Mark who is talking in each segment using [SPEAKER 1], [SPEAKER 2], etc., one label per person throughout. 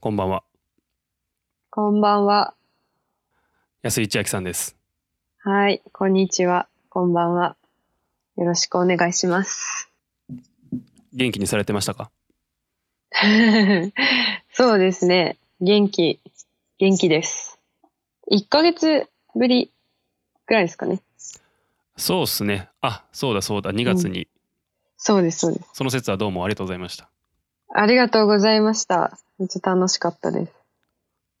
[SPEAKER 1] こんばんは。
[SPEAKER 2] こんばんは。
[SPEAKER 1] 安井千秋さんです。
[SPEAKER 2] はい。こんにちは。こんばんは。よろしくお願いします。
[SPEAKER 1] 元気にされてましたか
[SPEAKER 2] そうですね。元気。元気です。1ヶ月ぶりぐらいですかね。
[SPEAKER 1] そうっすね。あ、そうだそうだ。2月に、
[SPEAKER 2] そうです、そうです。
[SPEAKER 1] その説はどうもありがとうございました。
[SPEAKER 2] ありがとうございました。めっちゃ楽しかったです。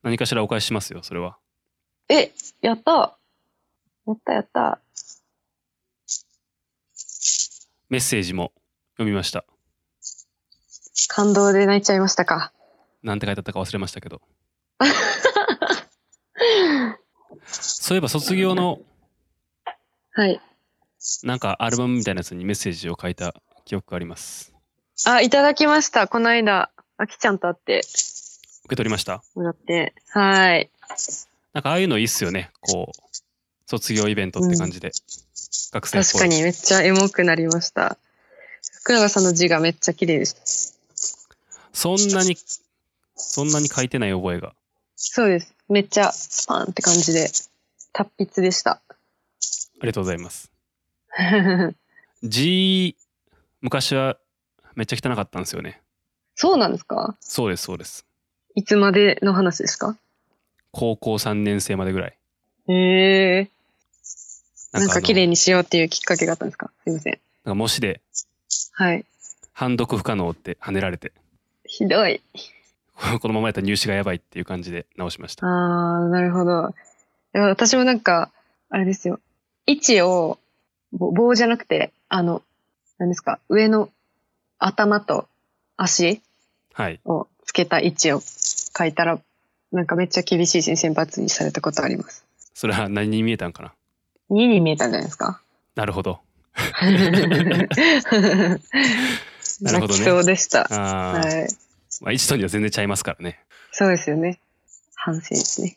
[SPEAKER 1] 何かしらお返ししますよ、それは。
[SPEAKER 2] え、やったやったやった。
[SPEAKER 1] メッセージも読みました。
[SPEAKER 2] 感動で泣いちゃいましたか。
[SPEAKER 1] なんて書いてあったか忘れました けど。そういえば卒業の
[SPEAKER 2] はい。
[SPEAKER 1] なんかアルバムみたいなやつにメッセージを書いた記憶があります。
[SPEAKER 2] あ、いただきました。この間、あきちゃんと会って
[SPEAKER 1] 受け取りました
[SPEAKER 2] もらって。はい。
[SPEAKER 1] なんかああいうのいいっすよね。こう、卒業イベントって感じで。学生っぽい。
[SPEAKER 2] 確かにめっちゃエモくなりました。福永さんの字がめっちゃ綺麗でした。
[SPEAKER 1] そんなに、そんなに書いてない覚えが。
[SPEAKER 2] そうです。めっちゃスパンって感じで、達筆でした。
[SPEAKER 1] ありがとうございます。字昔はめっちゃ汚かったんですよね
[SPEAKER 2] そうなんですか
[SPEAKER 1] そうですそうです
[SPEAKER 2] いつまでの話ですか
[SPEAKER 1] 高校3年生までぐらい
[SPEAKER 2] へえー。なん
[SPEAKER 1] あ
[SPEAKER 2] か
[SPEAKER 1] の
[SPEAKER 2] 綺麗にしようっていうきっかけがあったんですかすいません。
[SPEAKER 1] なんか模試で
[SPEAKER 2] はい。
[SPEAKER 1] 「判読不可能」って跳ねられて
[SPEAKER 2] ひどい。
[SPEAKER 1] このままやったら入試がやばいっていう感じで直しました
[SPEAKER 2] ああ、なるほど。いや私もなんか、あれですよ。位置を、ぼ棒じゃなくて、あの、何ですか、上の頭と足
[SPEAKER 1] はい
[SPEAKER 2] をつけた位置を書いたら、なんかめっちゃ厳しい先生罰にされたことあります。
[SPEAKER 1] それは何に見えたんかな
[SPEAKER 2] 2に見えたんじゃないですか
[SPEAKER 1] なるほどなるほどね
[SPEAKER 2] 泣きそうでした。
[SPEAKER 1] あー、
[SPEAKER 2] はい。
[SPEAKER 1] まあ、一度には全然ちゃいますからね
[SPEAKER 2] そうですよね。反省ですね。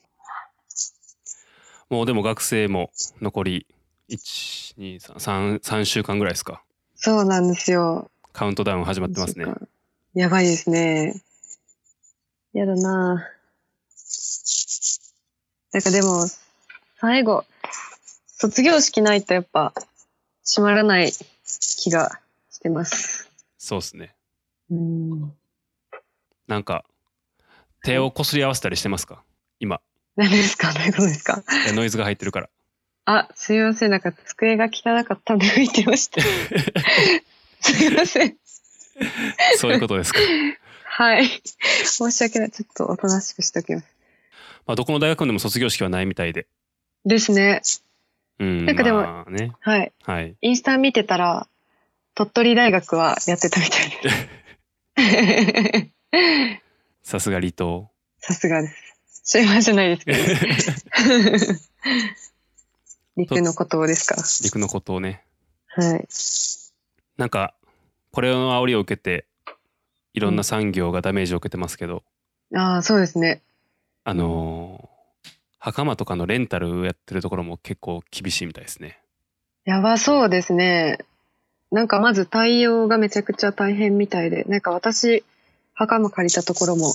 [SPEAKER 1] もうでも学生も残り1233週間ぐらいですか
[SPEAKER 2] そうなんですよ。
[SPEAKER 1] カウントダウン始まってますね
[SPEAKER 2] そっか。やばいですね。やだなぁなんかでも、最後、卒業式ないとやっぱ、閉まらない気がしてます。
[SPEAKER 1] そうですね
[SPEAKER 2] うん。
[SPEAKER 1] なんか手をこすり合わせたりして ますか今
[SPEAKER 2] 何ですかどういうことですか
[SPEAKER 1] いやノイズが入ってるから
[SPEAKER 2] あ、すいません。なんか机が汚かったんで浮いてま した。すいません。
[SPEAKER 1] そういうことですか。
[SPEAKER 2] はい。申し訳ない。ちょっとおとなしくしておきます。
[SPEAKER 1] まあ、どこの大学でも卒業式はないみたいで。
[SPEAKER 2] ですね。
[SPEAKER 1] うん。
[SPEAKER 2] なんかでも
[SPEAKER 1] まあね。
[SPEAKER 2] はい。
[SPEAKER 1] はい。
[SPEAKER 2] インスタ見てたら、鳥取大学はやってたみたい です。
[SPEAKER 1] さすが離島。
[SPEAKER 2] さすがです。すいませんない ですけどね。陸の孤島 ですか。
[SPEAKER 1] 陸のことをね。
[SPEAKER 2] はい。
[SPEAKER 1] なんか、これの煽りを受けて、いろんな産業がダメージを受けてますけど、
[SPEAKER 2] ああ、そうですね。
[SPEAKER 1] あのー袴とかのレンタルやってるところも結構厳しいみたいですね。
[SPEAKER 2] やばそうですね。なんかまず対応がめちゃくちゃ大変みたいで、なんか私、袴借りたところも、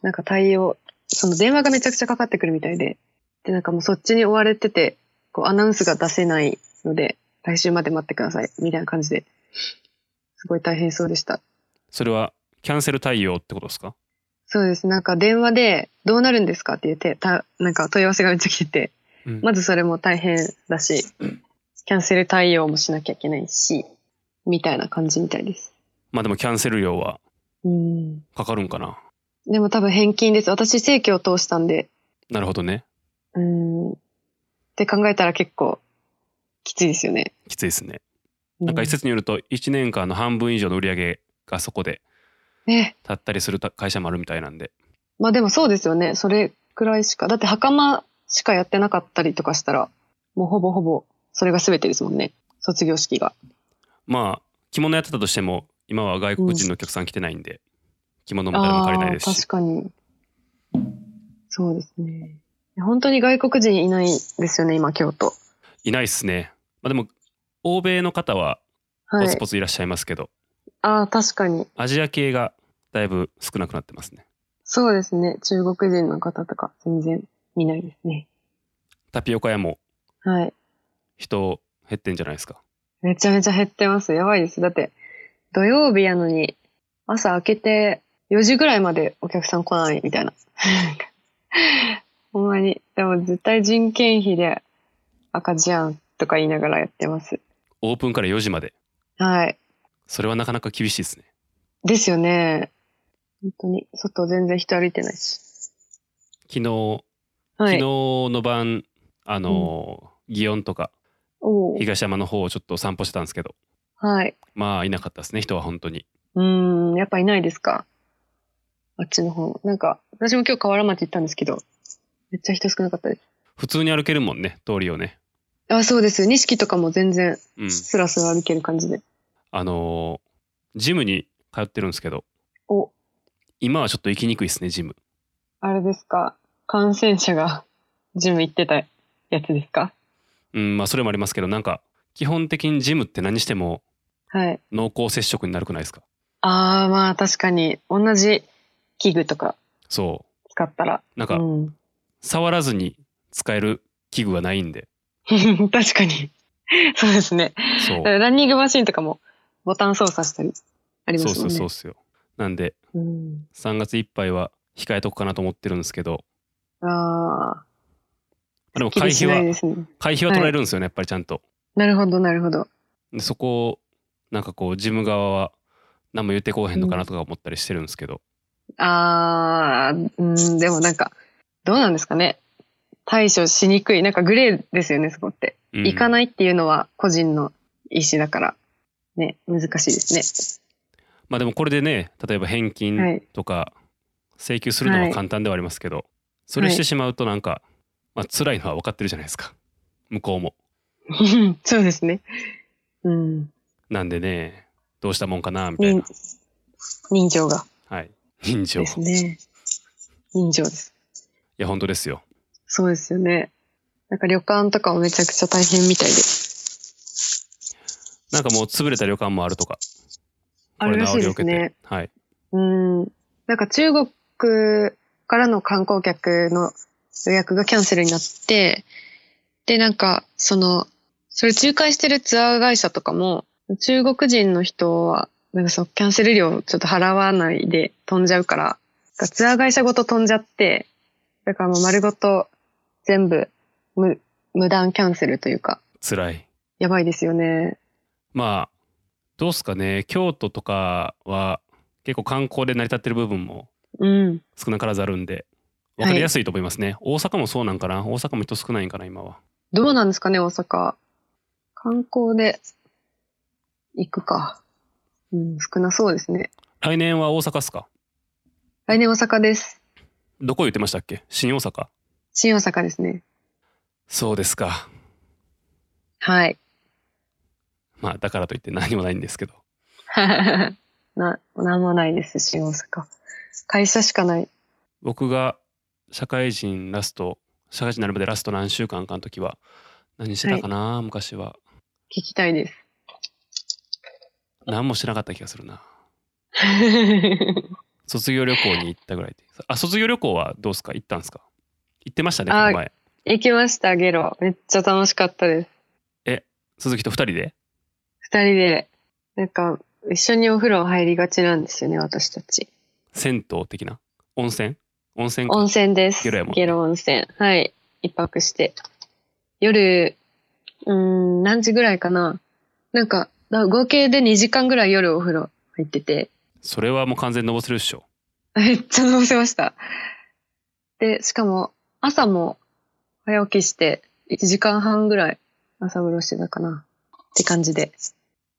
[SPEAKER 2] なんか対応、その電話がめちゃくちゃかかってくるみたいで、で、なんかもうそっちに追われてて、こうアナウンスが出せないので、来週まで待ってください、みたいな感じで、すごい大変そうでした。
[SPEAKER 1] それは、キャンセル対応ってことですか
[SPEAKER 2] そうです。なんか電話で、どうなるんですかって言って、た、なんか問い合わせがめっちゃ来てて、
[SPEAKER 1] うん
[SPEAKER 2] まずそれも大変だし、キャンセル対応もしなきゃいけないし、みたいな感じみたいです。
[SPEAKER 1] まあでもキャンセル料は
[SPEAKER 2] うん。
[SPEAKER 1] かかるんかな。
[SPEAKER 2] でも多分返金です。私、正規を通したんで、
[SPEAKER 1] なるほどね。
[SPEAKER 2] うん。って考えたら結構、きついですよね。
[SPEAKER 1] きついですね。
[SPEAKER 2] う
[SPEAKER 1] なんか一説によると、1年間の半分以上の売り上げがそこで
[SPEAKER 2] ね。
[SPEAKER 1] 立ったりする会社もあるみたいなんで。
[SPEAKER 2] まあでもそうですよね。それくらいしか。だって、袴しかやってなかったりとかしたら、もうほぼほぼ、それが全てですもんね。卒業式が。
[SPEAKER 1] まあ着物やってたとしても今は外国人のお客さん来てないんで、着物も誰も借りないです
[SPEAKER 2] あー
[SPEAKER 1] し
[SPEAKER 2] 確かに。そうですね。本当に外国人いないですよね、今、京都。
[SPEAKER 1] いないっすね、まあ、でも欧米の方は
[SPEAKER 2] は
[SPEAKER 1] ポツ
[SPEAKER 2] い。
[SPEAKER 1] ポツいらっしゃいますけど、
[SPEAKER 2] ああ、確かに。
[SPEAKER 1] アジア系がだいぶ少なくなってますね
[SPEAKER 2] そうですね。中国人の方とか全然見ないですね。
[SPEAKER 1] タピオカ屋も
[SPEAKER 2] はい。
[SPEAKER 1] 人減ってんじゃないですか。
[SPEAKER 2] めちゃめちゃ減ってます。やばいです。だって、土曜日やのに、朝明けて4時ぐらいまでお客さん来ないみたいな。 ほんまに。でも絶対人件費で赤字やんとか言いながらやってます。
[SPEAKER 1] オープンから4時まで。
[SPEAKER 2] はい。
[SPEAKER 1] それはなかなか厳しいですね。
[SPEAKER 2] ですよね。本当に。外全然人歩いてないし。
[SPEAKER 1] 昨日、
[SPEAKER 2] は
[SPEAKER 1] 昨日
[SPEAKER 2] い。
[SPEAKER 1] の晩、あのー、祇園とか
[SPEAKER 2] おう
[SPEAKER 1] 東山の方をちょっと散歩してたんですけど、
[SPEAKER 2] はい。
[SPEAKER 1] まあいなかったですね、人は本当に。
[SPEAKER 2] うーん、やっぱいないですか。あっちの方。なんか、私も今日河原町行ったんですけど、めっちゃ人少なかったです。
[SPEAKER 1] 普通に歩けるもんね、通りをね。
[SPEAKER 2] あ、そうです。錦とかも全然
[SPEAKER 1] うん。
[SPEAKER 2] スラスラ歩ける感じで。
[SPEAKER 1] あのージムに通ってるんですけど、
[SPEAKER 2] お、
[SPEAKER 1] 今はちょっと行きにくいですね、ジム。
[SPEAKER 2] あれですか。感染者が ジム行ってたやつですか
[SPEAKER 1] うん、まあそれもありますけど、なんか、基本的にジムって何しても
[SPEAKER 2] はい。
[SPEAKER 1] 濃厚接触になるくないですか。
[SPEAKER 2] あー、まあ確かに、同じ器具とか
[SPEAKER 1] そ
[SPEAKER 2] 使ったら。
[SPEAKER 1] う。なんか、
[SPEAKER 2] うん、
[SPEAKER 1] 触らずに使える器具がないんで、
[SPEAKER 2] 確かに。そうですね。
[SPEAKER 1] そう。
[SPEAKER 2] ランニングマシンとかもボタン操作したりありま
[SPEAKER 1] そう
[SPEAKER 2] す
[SPEAKER 1] そ
[SPEAKER 2] もん
[SPEAKER 1] う
[SPEAKER 2] ね。
[SPEAKER 1] そうっすよ。なんで、
[SPEAKER 2] うん、
[SPEAKER 1] 3月いっぱいは控えとくかなと思ってるんですけど、
[SPEAKER 2] あ
[SPEAKER 1] あでも
[SPEAKER 2] あ、気に
[SPEAKER 1] 会
[SPEAKER 2] し
[SPEAKER 1] 費
[SPEAKER 2] ない
[SPEAKER 1] は、
[SPEAKER 2] ですね。
[SPEAKER 1] 会費は取られるんですよね、やっぱりちゃんと。
[SPEAKER 2] なるほど、なるほど。
[SPEAKER 1] でそこを、なんかこう、ジム側は何も言ってこうへんのかなとか思ったりしてるんですけど、
[SPEAKER 2] ああ、うん、でもなんか、どうなんですかね。対処しにくい。なんかグレーですよね、そこって。
[SPEAKER 1] うん
[SPEAKER 2] 行かないっていうのは個人の意思だから、ね、 難しいです
[SPEAKER 1] まあでもこれでね例えば返
[SPEAKER 2] は
[SPEAKER 1] 金
[SPEAKER 2] い
[SPEAKER 1] とか請求するのは簡単ではありますけど、それしてしまうとなんか、まあ辛いのは分かってるじゃないですか向こうも
[SPEAKER 2] ね。そうですね。うん。
[SPEAKER 1] なんでねどうしたもんかなみたい
[SPEAKER 2] 人
[SPEAKER 1] な、
[SPEAKER 2] 人情が
[SPEAKER 1] はい人情い
[SPEAKER 2] ですね。人情です。
[SPEAKER 1] や本当ですよ
[SPEAKER 2] そうですよね。なんか旅館とかもめちゃくちゃ大変みたいで。
[SPEAKER 1] なんかもう潰れた旅館もあるとか
[SPEAKER 2] あるらしいです
[SPEAKER 1] これの煽りを
[SPEAKER 2] ね
[SPEAKER 1] 受。けてはい
[SPEAKER 2] うん。なんか中国からの観光客の予約がキャンセルになって、で、なんか、その、それ仲介してるツアー会社とかも、中国人の人は、なんかそのキャンセル料をちょっと払わないで飛んじゃうから、なんかツアー会社ごと飛んじゃって、だからもう丸ごと全部無無断キャンセルというか、
[SPEAKER 1] 辛い
[SPEAKER 2] やばいですよね。
[SPEAKER 1] まあどうっすかね京都とかは結構観光で成り立ってる部分も
[SPEAKER 2] うん。
[SPEAKER 1] 少なからずあるんで分かりやすいと思いますね、大阪もそうなんかな大阪も人少ないんかな今は
[SPEAKER 2] どうなんですかね、大阪。観光で行くか。うん、少なそうですね。
[SPEAKER 1] 来年は大阪っすか
[SPEAKER 2] 来年大阪です。
[SPEAKER 1] どこ言ってましたっけ新大阪
[SPEAKER 2] 新大阪ですね。
[SPEAKER 1] そうですか。
[SPEAKER 2] はい。
[SPEAKER 1] まあだからといって何もないんですけど。
[SPEAKER 2] な、なんもないです、新大阪。会社しかない。
[SPEAKER 1] 僕が社会人ラスト、社会人になるまでラスト何週間かの時は、何してたかな、昔は。
[SPEAKER 2] 聞きたいです。
[SPEAKER 1] 何もしてなかった気がするな。卒業旅行に行ったぐらいで。あ、卒業旅行はどうっすか行ったんすか行ってましたね、こ
[SPEAKER 2] あ
[SPEAKER 1] の前。
[SPEAKER 2] 行きました、ゲロ。めっちゃ楽しかったです。
[SPEAKER 1] 鈴木と二人で
[SPEAKER 2] 二人で、なんか、一緒にお風呂入りがちなんですよね、私たち。
[SPEAKER 1] 銭湯的な温泉温泉か
[SPEAKER 2] 温泉です。
[SPEAKER 1] ゲロやもんね
[SPEAKER 2] ゲロ温泉。はい。一泊して。夜、うーん、何時ぐらいかな。なんか、だ合計で2時間ぐらい夜お風呂入ってて、
[SPEAKER 1] それはもう完全にのぼせるっしょ。
[SPEAKER 2] めっちゃ飲せました。で、しかも、朝も早起きして、1時間半ぐらい朝風呂してたかな。って感じで、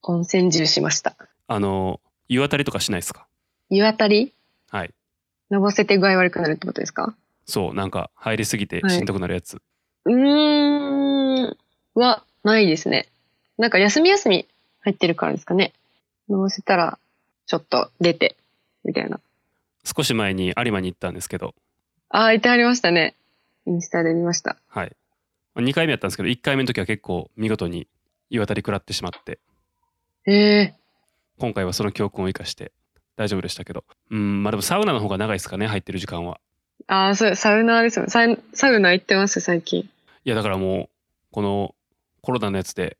[SPEAKER 2] 温泉中しました。
[SPEAKER 1] あの、湯あたりとかしないっすか
[SPEAKER 2] 湯あたり
[SPEAKER 1] はい。
[SPEAKER 2] のぼせて具合悪くなるってことですか
[SPEAKER 1] そう、なんか入りすぎて
[SPEAKER 2] はい
[SPEAKER 1] しんどくなるやつ。
[SPEAKER 2] うーん、は、ないですね。なんか、休み休み入ってるからですかね。飲ませたら、ちょっと出て、みたいな。
[SPEAKER 1] 少し前に有馬に行ったんですけど、
[SPEAKER 2] ああ、いてはりましたね。インスタで見ました。
[SPEAKER 1] はい、2回目やったんですけど1回目の時は結構見事に湯あたり食らってしまって
[SPEAKER 2] ええ
[SPEAKER 1] 今回はその教訓を生かして大丈夫でしたけど。うん、まあでもサウナの方が長いですかね、入ってる時間は。
[SPEAKER 2] ああ、そう、サウナーですよね。サウサウナ行ってます、最近。
[SPEAKER 1] いや、だからもう、このコロナのやつで、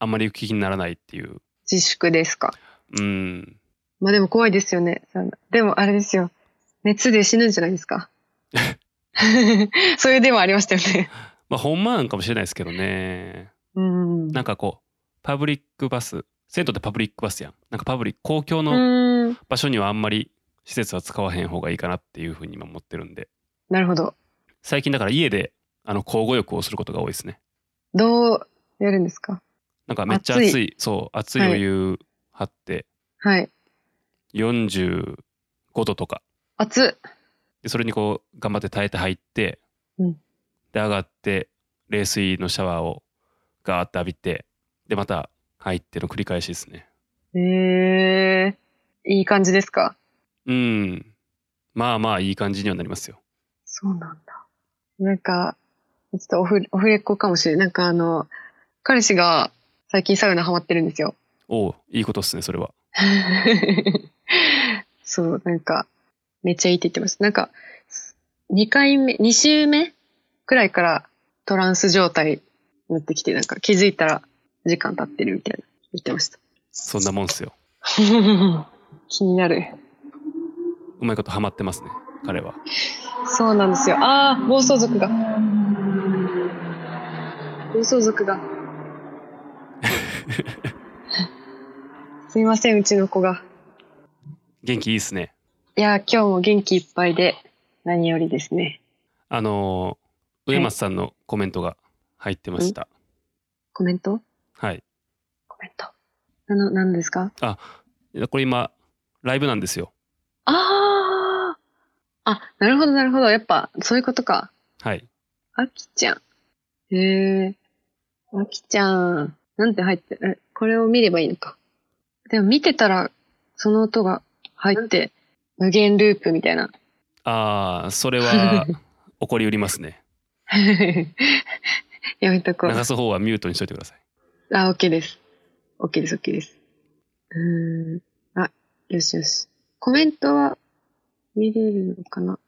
[SPEAKER 1] あんまり行く気にならないっていう。
[SPEAKER 2] 自粛ですか。
[SPEAKER 1] うん。
[SPEAKER 2] まあでも怖いですよね。サウナでもあれですよ。熱で死ぬんじゃないですか。 そういうでもありましたよね。
[SPEAKER 1] まあ、ほんまなんかもしれないですけどね。
[SPEAKER 2] うん。
[SPEAKER 1] なんかこう、パブリックバス、銭湯ってパブリックバスやん。なんかパブリック、公共
[SPEAKER 2] う
[SPEAKER 1] の
[SPEAKER 2] ーん。
[SPEAKER 1] 場所にはあんまり施設は使わへん方がいいかなっていうふうに今思ってるんで。
[SPEAKER 2] なるほど。
[SPEAKER 1] 最近だから家で、あの、交互浴をすることが多いですね。
[SPEAKER 2] どうやるんですか
[SPEAKER 1] なんかめっちゃ暑い、
[SPEAKER 2] 暑い
[SPEAKER 1] そう、熱いお湯張って、
[SPEAKER 2] はい。
[SPEAKER 1] 45度とか。
[SPEAKER 2] 熱っ。
[SPEAKER 1] で、それにこう、頑張って耐えて入って、
[SPEAKER 2] うん
[SPEAKER 1] で、上がって、冷水のシャワーをガーッと浴びて、で、また入っての繰り返しですね。
[SPEAKER 2] えー、いい感じですか
[SPEAKER 1] うん。まあまあ、いい感じにはなりますよ。
[SPEAKER 2] そうなんだ。なんか、ちょっとオフオフレコかもしれない。なんかあの、彼氏が最近サウナハマってるんです よ。
[SPEAKER 1] おういいことっすね、それは。
[SPEAKER 2] そう、なんか、めっちゃいいって言ってました。なんか、2回目、2週目くらいからトランス状態になってきて、なんか気づいたら時間経ってるみたいな言ってま した。
[SPEAKER 1] そんなもんっすよ。
[SPEAKER 2] 気になる。
[SPEAKER 1] うまいことハマってますね、彼は。
[SPEAKER 2] そうなんですよ。ああ、暴走族が。暴走族が。すいません、うちの子が。
[SPEAKER 1] 元気いいっすね。
[SPEAKER 2] いやー、今日も元気いっぱいで、何よりですね。
[SPEAKER 1] あのー、
[SPEAKER 2] はい
[SPEAKER 1] 上松さんのコメントが入ってました。
[SPEAKER 2] コメント
[SPEAKER 1] はい。
[SPEAKER 2] コメント。なの、何ですか
[SPEAKER 1] いやこれ今、ライブなんですよ。
[SPEAKER 2] あああ、なるほど、なるほど。やっぱ、そういうことか。
[SPEAKER 1] はい。
[SPEAKER 2] あきちゃん。へえ。あきちゃん。なんて入ってる、えこれを見ればいいのか。でも見てたら、その音が入って、無限ループみたいな。
[SPEAKER 1] ああ、それは起こりうりますね。
[SPEAKER 2] やめとこう。
[SPEAKER 1] 流す方はミュートにしといてください。
[SPEAKER 2] あ、OK です。OK です、OK です。うーん。あ、よしよし。コメントは見れるのかな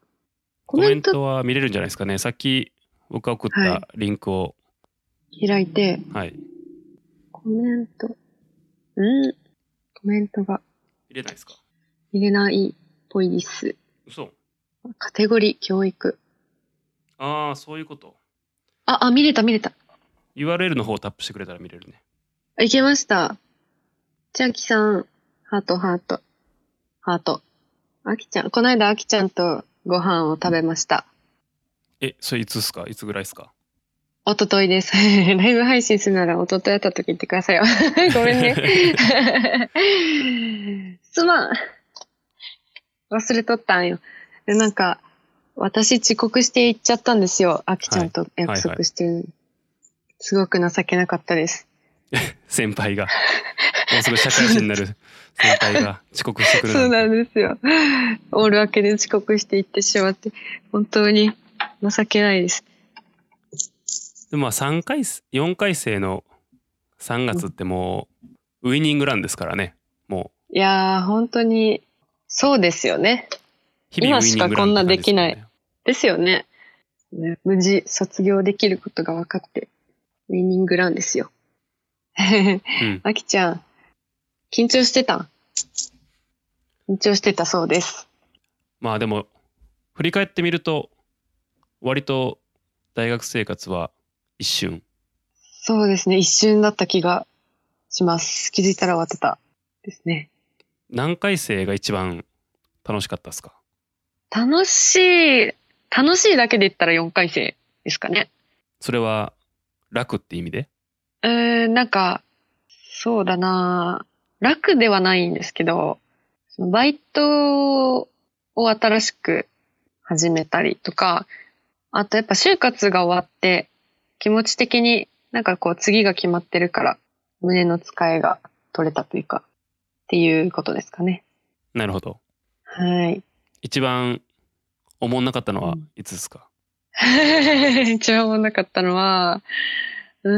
[SPEAKER 2] コ
[SPEAKER 1] コメ
[SPEAKER 2] メン
[SPEAKER 1] ン
[SPEAKER 2] ト
[SPEAKER 1] トは見れるんじゃないですかね。さっき僕が送ったリンクを、
[SPEAKER 2] 開いて、
[SPEAKER 1] はい、
[SPEAKER 2] コメント。うんコメントが
[SPEAKER 1] 見れないですか
[SPEAKER 2] 見れないっぽいです。
[SPEAKER 1] 嘘
[SPEAKER 2] カテゴリー、教育。
[SPEAKER 1] ああ、そういうこと。
[SPEAKER 2] あ、あ、見れた見れた。
[SPEAKER 1] URL の方をタップしてくれたら見れるね。
[SPEAKER 2] あいけました。千秋さん、ハート、ハート、ハート。あきちゃん、この間あきちゃんとご飯を食べました。
[SPEAKER 1] え、それいつっすかいつぐらいっすか
[SPEAKER 2] おとといです。 ライブ配信するならおとといあった時言ってくださいよ。 ごめんね。 すまん。忘れとったんよ。で、なんか、私遅刻して行っちゃったんですよ。あきちゃんと約束してる、すごく情けなかったです。
[SPEAKER 1] 先輩が。もうすぐ社会人になる先輩が遅刻してくる
[SPEAKER 2] そうな
[SPEAKER 1] なんんて
[SPEAKER 2] ですよ。オール明けで遅刻して行ってしまって、本当に情けないです。
[SPEAKER 1] でもまあ3回生、4回生の3月ってもうウイニングランですからね。もう
[SPEAKER 2] いやー、本当に、そうですよね。
[SPEAKER 1] 日々ウ
[SPEAKER 2] 今
[SPEAKER 1] イ
[SPEAKER 2] し
[SPEAKER 1] ニン
[SPEAKER 2] か
[SPEAKER 1] グランって感じすよね
[SPEAKER 2] こんなできない。ですよね。ね無事卒業できることが分かって、ウィニングランですよ。
[SPEAKER 1] うん。
[SPEAKER 2] あきちゃん、緊張してたん緊張してたそうです。
[SPEAKER 1] まあでも振り返ってみると割と大学生活は一瞬
[SPEAKER 2] そうですね。一瞬だった気がします。気づいたら終わってた。ですね。
[SPEAKER 1] 何回生が一番楽しかったですか
[SPEAKER 2] 楽しい、楽しいだけで言ったら4回生ですかね。
[SPEAKER 1] それは楽って意味で
[SPEAKER 2] うーん、なんか、そうだな楽ではないんですけど、そのバイトを新しく始めたりとか、あとやっぱ就活が終わって、気持ち的になんかこう次が決まってるから、胸の使いが取れたというか、っていうことですかね。
[SPEAKER 1] なるほど
[SPEAKER 2] はい。
[SPEAKER 1] 一番おもんなかったのは
[SPEAKER 2] うん
[SPEAKER 1] いつですか、
[SPEAKER 2] 一番おもんなかったのは、う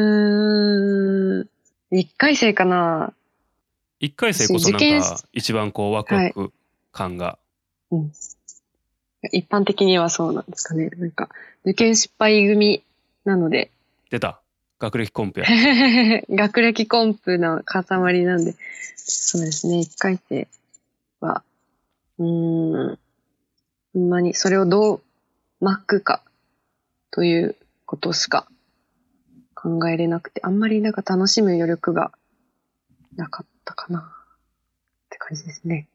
[SPEAKER 2] ーん、1回生かな
[SPEAKER 1] 一回生こそなん
[SPEAKER 2] 受験
[SPEAKER 1] か一番こうワクワク感が。
[SPEAKER 2] うん。一般的にはそうなんですかね。なんか、受験失敗組なので、
[SPEAKER 1] 出た学歴コンペや。
[SPEAKER 2] 学歴コンプの塊なんで、そうですね、一回生は、うーん、ほんまにそれをどう巻くかということしか考えれなくて、あんまりなんか楽しむ余力がなかったかなって感じですね。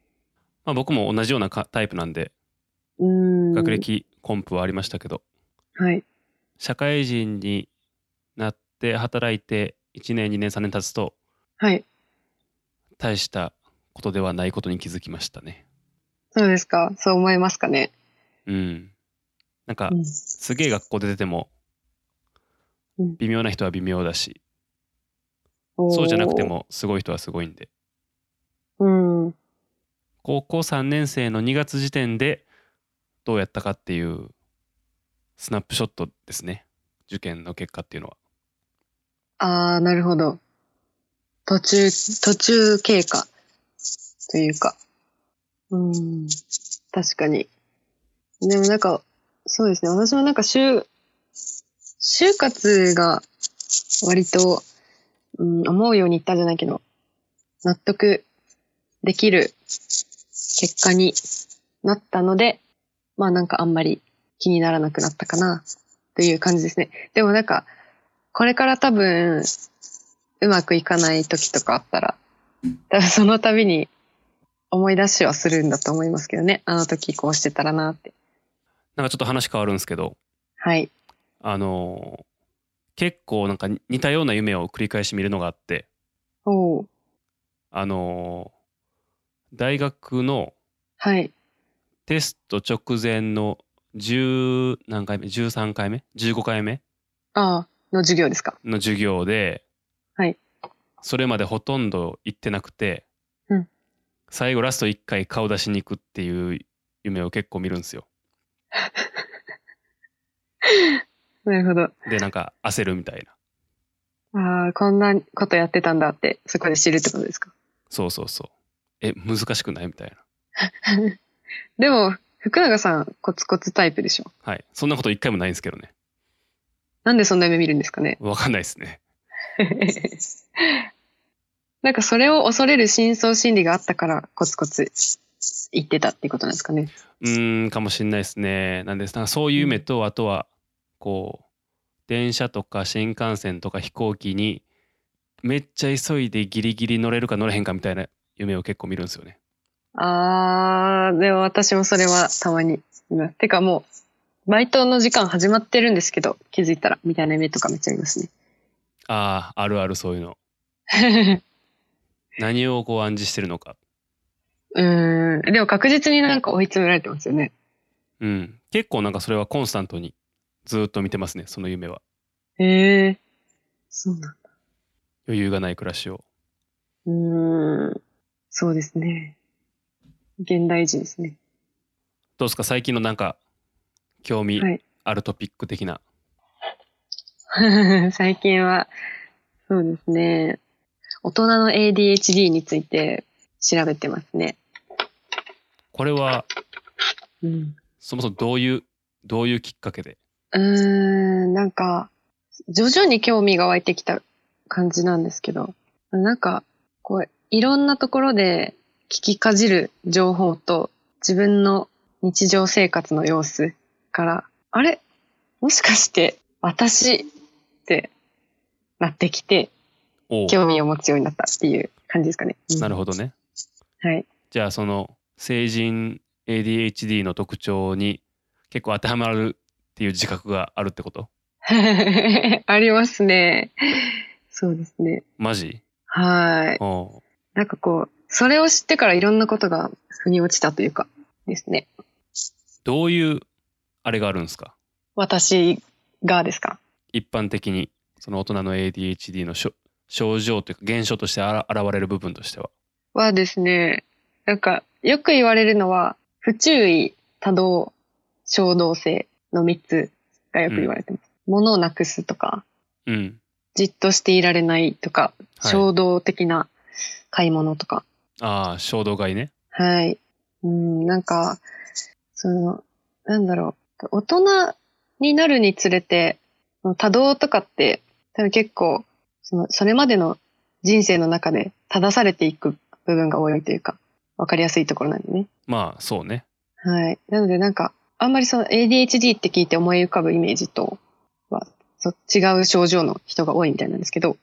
[SPEAKER 1] まあ僕も同じようなかタイプなんで、
[SPEAKER 2] うーん。
[SPEAKER 1] 学。歴コンプはありましたけど、
[SPEAKER 2] はい。
[SPEAKER 1] 社会人になって働いて1年、2年、3年経つと、
[SPEAKER 2] はい。
[SPEAKER 1] 大したことではないことに気づきましたね。
[SPEAKER 2] そうですか。そう思いますかね。
[SPEAKER 1] うん。なんか
[SPEAKER 2] う、ん、
[SPEAKER 1] すげえ学校で出ても、
[SPEAKER 2] うん
[SPEAKER 1] 微妙な人は微妙だし、そうじゃなくてもすごい人はすごいんで。
[SPEAKER 2] おー。うん。
[SPEAKER 1] 高校3年生の2月時点でどうやったかっていうスナップショットですね受験の結果っていうのは
[SPEAKER 2] ああ、なるほど。途中、途中経過というか。うん、確かに。でもなんか、そうですね。私もなんか就、就活が割と、うん、思うようにいったんじゃないけど、納得できる結果になったので、まあなんかあんまり気にならなくなったかなという感じですね。でもなんか、これから多分、うまくいかない時とかあったら、多分その度に思い出しはするんだと思いますけどね。あの時こうしてたらなって。
[SPEAKER 1] なんかちょっと話変わるんですけど
[SPEAKER 2] はい。
[SPEAKER 1] あのー結構なんか似似たような夢を繰り返し見るのがあって
[SPEAKER 2] おう
[SPEAKER 1] あのー大学の
[SPEAKER 2] はい。
[SPEAKER 1] テスト直前の10何回目13回目15回目
[SPEAKER 2] ああ、の授業ですか。
[SPEAKER 1] の授業で、
[SPEAKER 2] はい
[SPEAKER 1] それまでほとんど行ってなくて、
[SPEAKER 2] うん
[SPEAKER 1] 最後ラスト1回顔出しに行くっていう夢を結構見るんですよ
[SPEAKER 2] なるほど。
[SPEAKER 1] でなんか焦るみたいな
[SPEAKER 2] ああ、こんなことやってたんだって、そこで知るってことですか。
[SPEAKER 1] そうそうそうえ難しくないみたいな
[SPEAKER 2] でも、福永さん、コツコツタイプでしょ。
[SPEAKER 1] はいそんなこと1回もないんですけどね
[SPEAKER 2] なんでそんな夢見るんですかね。
[SPEAKER 1] わかんないですね
[SPEAKER 2] なんかそれを恐れる深層心理があったから、コツコツ言ってたってことなんですかね。
[SPEAKER 1] うーんかもしんないですねなんですなんかそういう夢とあとはこう電車とか新幹線とか飛行機にめっちゃ急いでギリギリ乗れるか乗れへんかみたいな夢を結構見るんですよね
[SPEAKER 2] あー、でも私もそれはたまに見ます。てかもう、バイトの時間始まってるんですけど、気づいたら、みたいな夢とかめっちゃあります
[SPEAKER 1] あああるあるそういうの
[SPEAKER 2] ね。
[SPEAKER 1] 何をこう暗示してるのか、
[SPEAKER 2] うーん。でも確実になんか追い詰められてますよね。
[SPEAKER 1] うん、結構なんかそれはコンスタントにずっと見てますねその夢は
[SPEAKER 2] へえー。そうなんだ。
[SPEAKER 1] 余裕がない暮らしを
[SPEAKER 2] うーん。そうですね。現代人ですね。
[SPEAKER 1] どうですか最近のなんか興味
[SPEAKER 2] はい
[SPEAKER 1] あるトピック的な、
[SPEAKER 2] 最近は、そうですね。大人の ADHD について調べてますね。
[SPEAKER 1] これは
[SPEAKER 2] うん。
[SPEAKER 1] そもそもどういうどういうきっかけで
[SPEAKER 2] うーん、なんか、徐々に興味が湧いてきた感じなんですけど、なんか、こう、いろんなところで聞きかじる情報と自分の日常生活の様子から、あれもしかして私ってなってきて
[SPEAKER 1] おう
[SPEAKER 2] 興味を持つようになったっていう感じですかね。
[SPEAKER 1] なる
[SPEAKER 2] ほ
[SPEAKER 1] ほどね
[SPEAKER 2] ど。はい。
[SPEAKER 1] じゃあその成人 ADHD の特徴に結構当てはまるっていう自覚があるってこと
[SPEAKER 2] ありますね。そうですね。
[SPEAKER 1] マジ
[SPEAKER 2] はい。
[SPEAKER 1] おう
[SPEAKER 2] なんかこう、それを知ってからいろんなことが腑に落ちたというか、ですね。
[SPEAKER 1] どういうあれがあるんですか
[SPEAKER 2] 私がですか。
[SPEAKER 1] 一般的にその大人の ADHD の症症状というか現象としてあら現れる部分としては
[SPEAKER 2] はですね、なんか、よく言われるのは、不注意、多動、衝動性の3つがよく言われてます。物をなくすとか、
[SPEAKER 1] うん
[SPEAKER 2] じっとしていられないとか、
[SPEAKER 1] はい
[SPEAKER 2] 衝動的な買い物とか、
[SPEAKER 1] ああ衝動買いね
[SPEAKER 2] はい。うん、なんか、その、なんだろう、大人になるにつれて、多動とかって、多分結構、その、それまでの人生の中で正されていく部分が多いというか、わかりやすいところなんでね。
[SPEAKER 1] まあそうね
[SPEAKER 2] はい。なのでなんか、あんまりその ADHD って聞いて思い浮かぶイメージとは、そう違う症状の人が多いみたいなんですけど、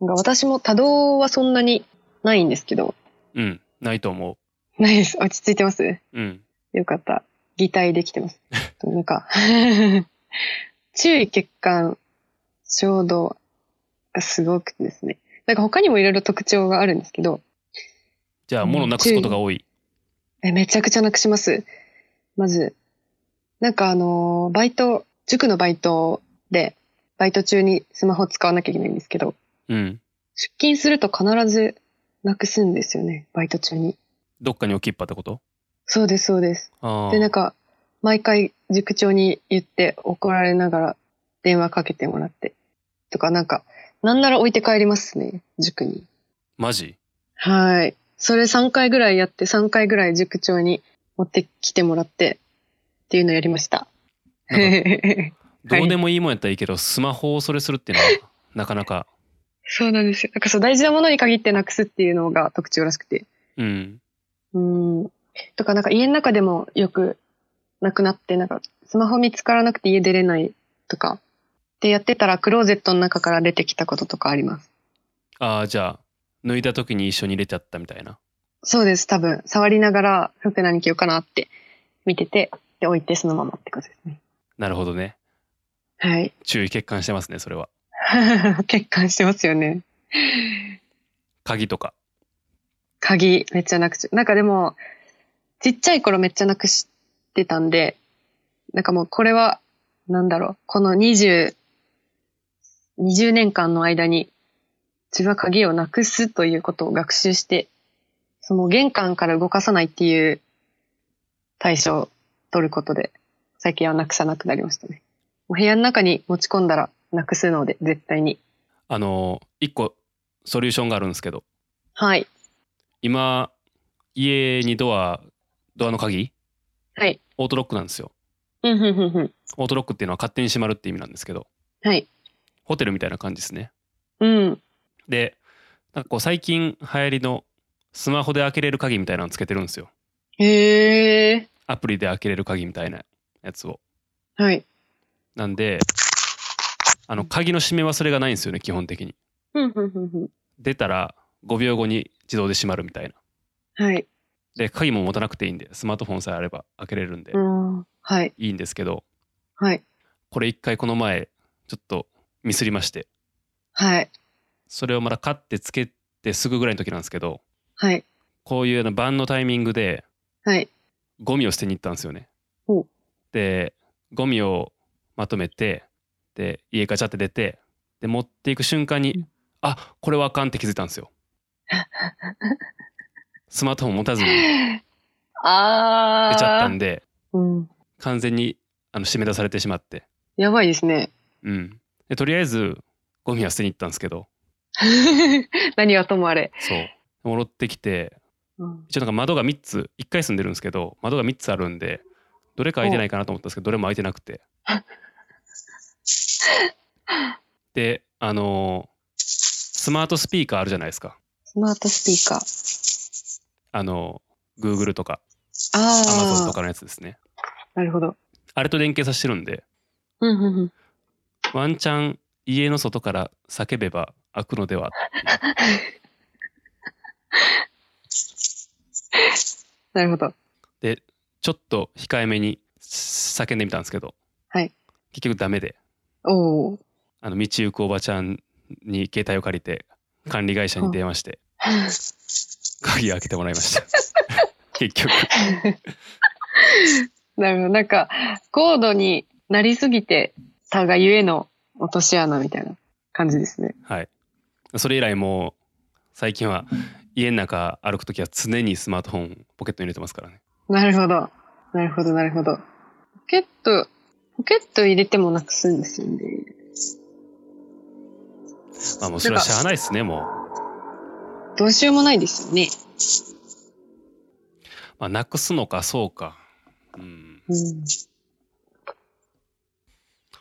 [SPEAKER 2] なんか私も多動はそんなにないんですけど、
[SPEAKER 1] うんないと思
[SPEAKER 2] ないです。落ち着いてます
[SPEAKER 1] ううん
[SPEAKER 2] よかった。擬態できてます。なんか、 注意欠陥衝動がすごくてですね。なんか他にもいろいろ特徴があるんですけど、
[SPEAKER 1] じゃあ
[SPEAKER 2] うん
[SPEAKER 1] 物なくすことが多い
[SPEAKER 2] えめちゃくちゃなくします。まず、なんかあのーバイト、塾のバイトで、バイト中にスマホ使わなきゃいけないんですけど、
[SPEAKER 1] うん
[SPEAKER 2] 出勤すると必ずなくすんですよね、バイト中に。
[SPEAKER 1] どっかに置きっぱってこと
[SPEAKER 2] そうです、そうです。
[SPEAKER 1] あ
[SPEAKER 2] で、なん
[SPEAKER 1] あ
[SPEAKER 2] か、毎回塾長に言って怒られながら電話かけてもらって。とか、なんか、なんなら置いて帰りますね、塾に。
[SPEAKER 1] マジ
[SPEAKER 2] はい。それ3回ぐらいやって、3回ぐらい塾長に持ってきてもらって、っていうのをやりました。
[SPEAKER 1] なんか
[SPEAKER 2] は
[SPEAKER 1] ど
[SPEAKER 2] いう
[SPEAKER 1] でもいいもんやったらいいけどスマホをそれするっていうのはなかなか
[SPEAKER 2] そうなんですよ。なんかそう、大事なものに限ってなくすっていうのが特徴らしくて。
[SPEAKER 1] うん
[SPEAKER 2] うん。とか、なんか家の中でもよくなくなって、なんかスマホ見つからなくて家出れないとか、でやってたらクローゼットの中から出てきたこととかあります。
[SPEAKER 1] ああじゃあ抜いた時に一緒に入れちゃったみたいな
[SPEAKER 2] そうです、多分。触りながら服何着ようかなって見てて、で置いてそのままってことですね。
[SPEAKER 1] なるほどね
[SPEAKER 2] はい。
[SPEAKER 1] 注意欠陥してますねそれは
[SPEAKER 2] 欠陥してますよね。
[SPEAKER 1] 鍵とか
[SPEAKER 2] 鍵めっちゃなくちゃ。なんかでも、ちっちゃい頃めっちゃなくしてたんで、なんかもうこれは、なんだろう、この20、20年間の間に、自分は鍵をなくすということを学習して、その玄関から動かさないっていう対処を取ることで、最近はなくさなくなりましたね。お部屋の中に持ち込んだらなくすので、絶対に。
[SPEAKER 1] あの一個ソリューションがあるんですけど
[SPEAKER 2] はい。
[SPEAKER 1] 今家にドアドアの鍵
[SPEAKER 2] はい。
[SPEAKER 1] オートロックなんですよ
[SPEAKER 2] うん、ふんふんふん。
[SPEAKER 1] オートロックっていうのは勝手に閉まるって意味なんですけど
[SPEAKER 2] はい。
[SPEAKER 1] ホテルみたいな感じですね
[SPEAKER 2] うん。
[SPEAKER 1] でなんかこう最近流行りのスマホで開けれる鍵みたいなのつけてるんですよ
[SPEAKER 2] へえ。
[SPEAKER 1] アプリで開けれる鍵みたいなやつを
[SPEAKER 2] はい。
[SPEAKER 1] なんであの鍵の閉め忘れがないんですよね基本的に
[SPEAKER 2] うんうんうん
[SPEAKER 1] 出たら5秒後に自動で閉まるみたいな
[SPEAKER 2] うんはい。
[SPEAKER 1] で鍵も持たなくていいんでスマートフォンさえあれば開けれるんで
[SPEAKER 2] うん。はい。
[SPEAKER 1] いいんですけど
[SPEAKER 2] はい。
[SPEAKER 1] これ一回この前ちょっとミスりまして
[SPEAKER 2] はい。
[SPEAKER 1] それをまだ買ってつけてすぐぐらいの時なんですけど
[SPEAKER 2] はい。
[SPEAKER 1] こういうあの晩のタイミングで
[SPEAKER 2] はい。
[SPEAKER 1] ゴミを捨てに行ったんですよね
[SPEAKER 2] ほう。
[SPEAKER 1] でゴミをまとめてで家ガチャって出てで持っていく瞬間に、
[SPEAKER 2] うん
[SPEAKER 1] あこれはあかんって気づいたんです よスマートフォン持たずに
[SPEAKER 2] あ
[SPEAKER 1] 出
[SPEAKER 2] ー。
[SPEAKER 1] ちゃったんで
[SPEAKER 2] うん。
[SPEAKER 1] 完全にあの締め出されてしまって
[SPEAKER 2] やばいですね。
[SPEAKER 1] うんでとりあえずゴミは捨てに行ったんですけど
[SPEAKER 2] 何はともあれ。
[SPEAKER 1] そう戻ってきて
[SPEAKER 2] うん
[SPEAKER 1] 一応なんか窓が3つ1回住んでるんですけど窓が3つあるんでどれか開いてないかなと思ったんですけどどれも開いてなく てであのースマートスピーカーあるじゃないですか
[SPEAKER 2] スマートスピーカー。
[SPEAKER 1] あのー Google とか
[SPEAKER 2] あー。
[SPEAKER 1] Amazon とかのやつですね
[SPEAKER 2] なるほど。
[SPEAKER 1] あれと連携させてるんで
[SPEAKER 2] うんうんうん。
[SPEAKER 1] ワンチャン家の外から叫べば開くのでは
[SPEAKER 2] なるほど。
[SPEAKER 1] ちょっと控えめに叫んでみたんですけど、
[SPEAKER 2] はい
[SPEAKER 1] 結局ダメで
[SPEAKER 2] おー。
[SPEAKER 1] あの道行くおばちゃんに携帯を借りて管理会社に電話して鍵開けてもらいました 結局
[SPEAKER 2] なるほど。なんか、高度になりすぎてたがゆえの落とし穴みたいな感じですね。
[SPEAKER 1] はいそれ以来もう最近は家の中歩く時は常にスマートフォンポケットに入れてますからね
[SPEAKER 2] なるほど。なるほど、なるほど。ポケット、ポケット入れてもなくすんですよね。
[SPEAKER 1] まあもうそれはしゃあないですねもう
[SPEAKER 2] どうしようもないですよね。
[SPEAKER 1] まあ、なくすのか、そうか。うん。
[SPEAKER 2] うん。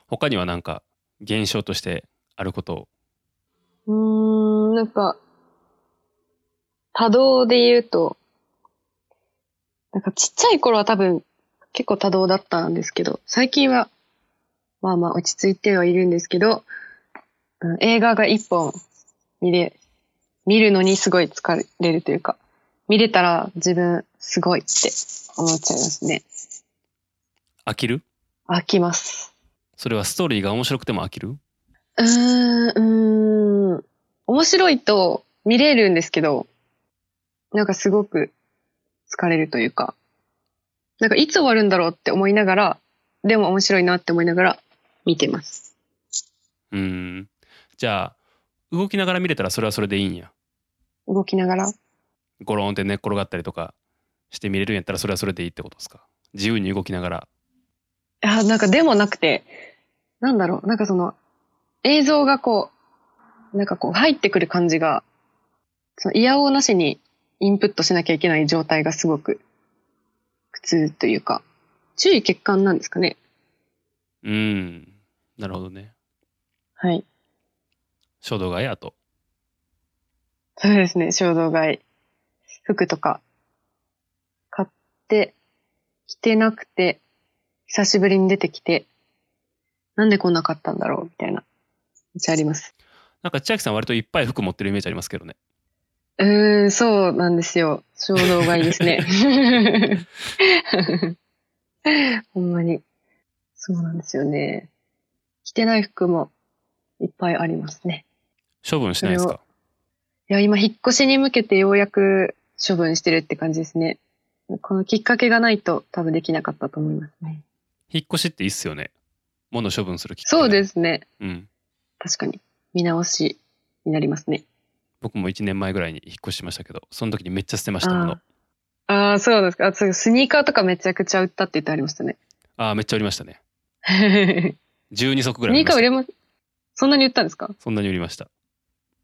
[SPEAKER 1] 他にはなんか、現象としてあることを。
[SPEAKER 2] うーん、なんか、多動で言うと、なんかちっちゃい頃は多分結構多動だったんですけど、最近は、まあまあ落ち着いてはいるんですけど、うん映画が一本見れ、見るのにすごい疲れるというか、見れたら自分すごいって思っちゃいますね。
[SPEAKER 1] 飽きる
[SPEAKER 2] 飽きます。
[SPEAKER 1] それはストーリーが面白くても飽きる
[SPEAKER 2] うーん、うーん。面白いと見れるんですけど、なんかすごく疲れるというか、なんかいつ終わるんだろうって思いながら、でも面白いなって思いながら見てます。
[SPEAKER 1] うん。じゃあ、動きながら見れたらそれはそれでいいんや。
[SPEAKER 2] 動きながら。
[SPEAKER 1] ゴロンって寝っ転がったりとかして見れるんやったらそれはそれでいいってことですか自由に動きながら。
[SPEAKER 2] あ、なんかでもなくて、なんだろう、なんかその、映像がこう、なんかこう入ってくる感じが、その、いやおうなしにインプットしなきゃいけない状態がすごく、苦痛というか、注意欠陥なんですかね。
[SPEAKER 1] うん。なるほどね。
[SPEAKER 2] はい。
[SPEAKER 1] 衝動買いあと。
[SPEAKER 2] そうですね、衝動買い。服とか、買って、着てなくて、久しぶりに出てきて、なんでこんな買ったんだろう、みたいな。めっちゃあります。
[SPEAKER 1] なんか千秋さん割といっぱい服持ってるイメージありますけどね。
[SPEAKER 2] うーん、そうなんですよ。衝動買いですね。 ほんまに。そうなんですよね。着てない服もいっぱいありますね。
[SPEAKER 1] 処分しないですか
[SPEAKER 2] いや、今、引っ越しに向けてようやく処分してるって感じですね。このきっかけがないと多分できなかったと思いますね。
[SPEAKER 1] 引っ越しっていいっすよね。物処分するきっかけ。
[SPEAKER 2] そうですすね。
[SPEAKER 1] うん。
[SPEAKER 2] 確かに。見直しになりますね。
[SPEAKER 1] 僕も1年前ぐらいに引っ越ししましたけど、その時にめっちゃ捨てましたもの。
[SPEAKER 2] ああー、そうなんですか。あそうスニーカーとかめちゃくちゃ売ったって言ってありましたね。
[SPEAKER 1] ああ、めっちゃ売りましたね。
[SPEAKER 2] ス
[SPEAKER 1] 12足ぐらい売りまし
[SPEAKER 2] ニーカー売
[SPEAKER 1] た。
[SPEAKER 2] れます。そんなに売ったんですか
[SPEAKER 1] そんなに売りました。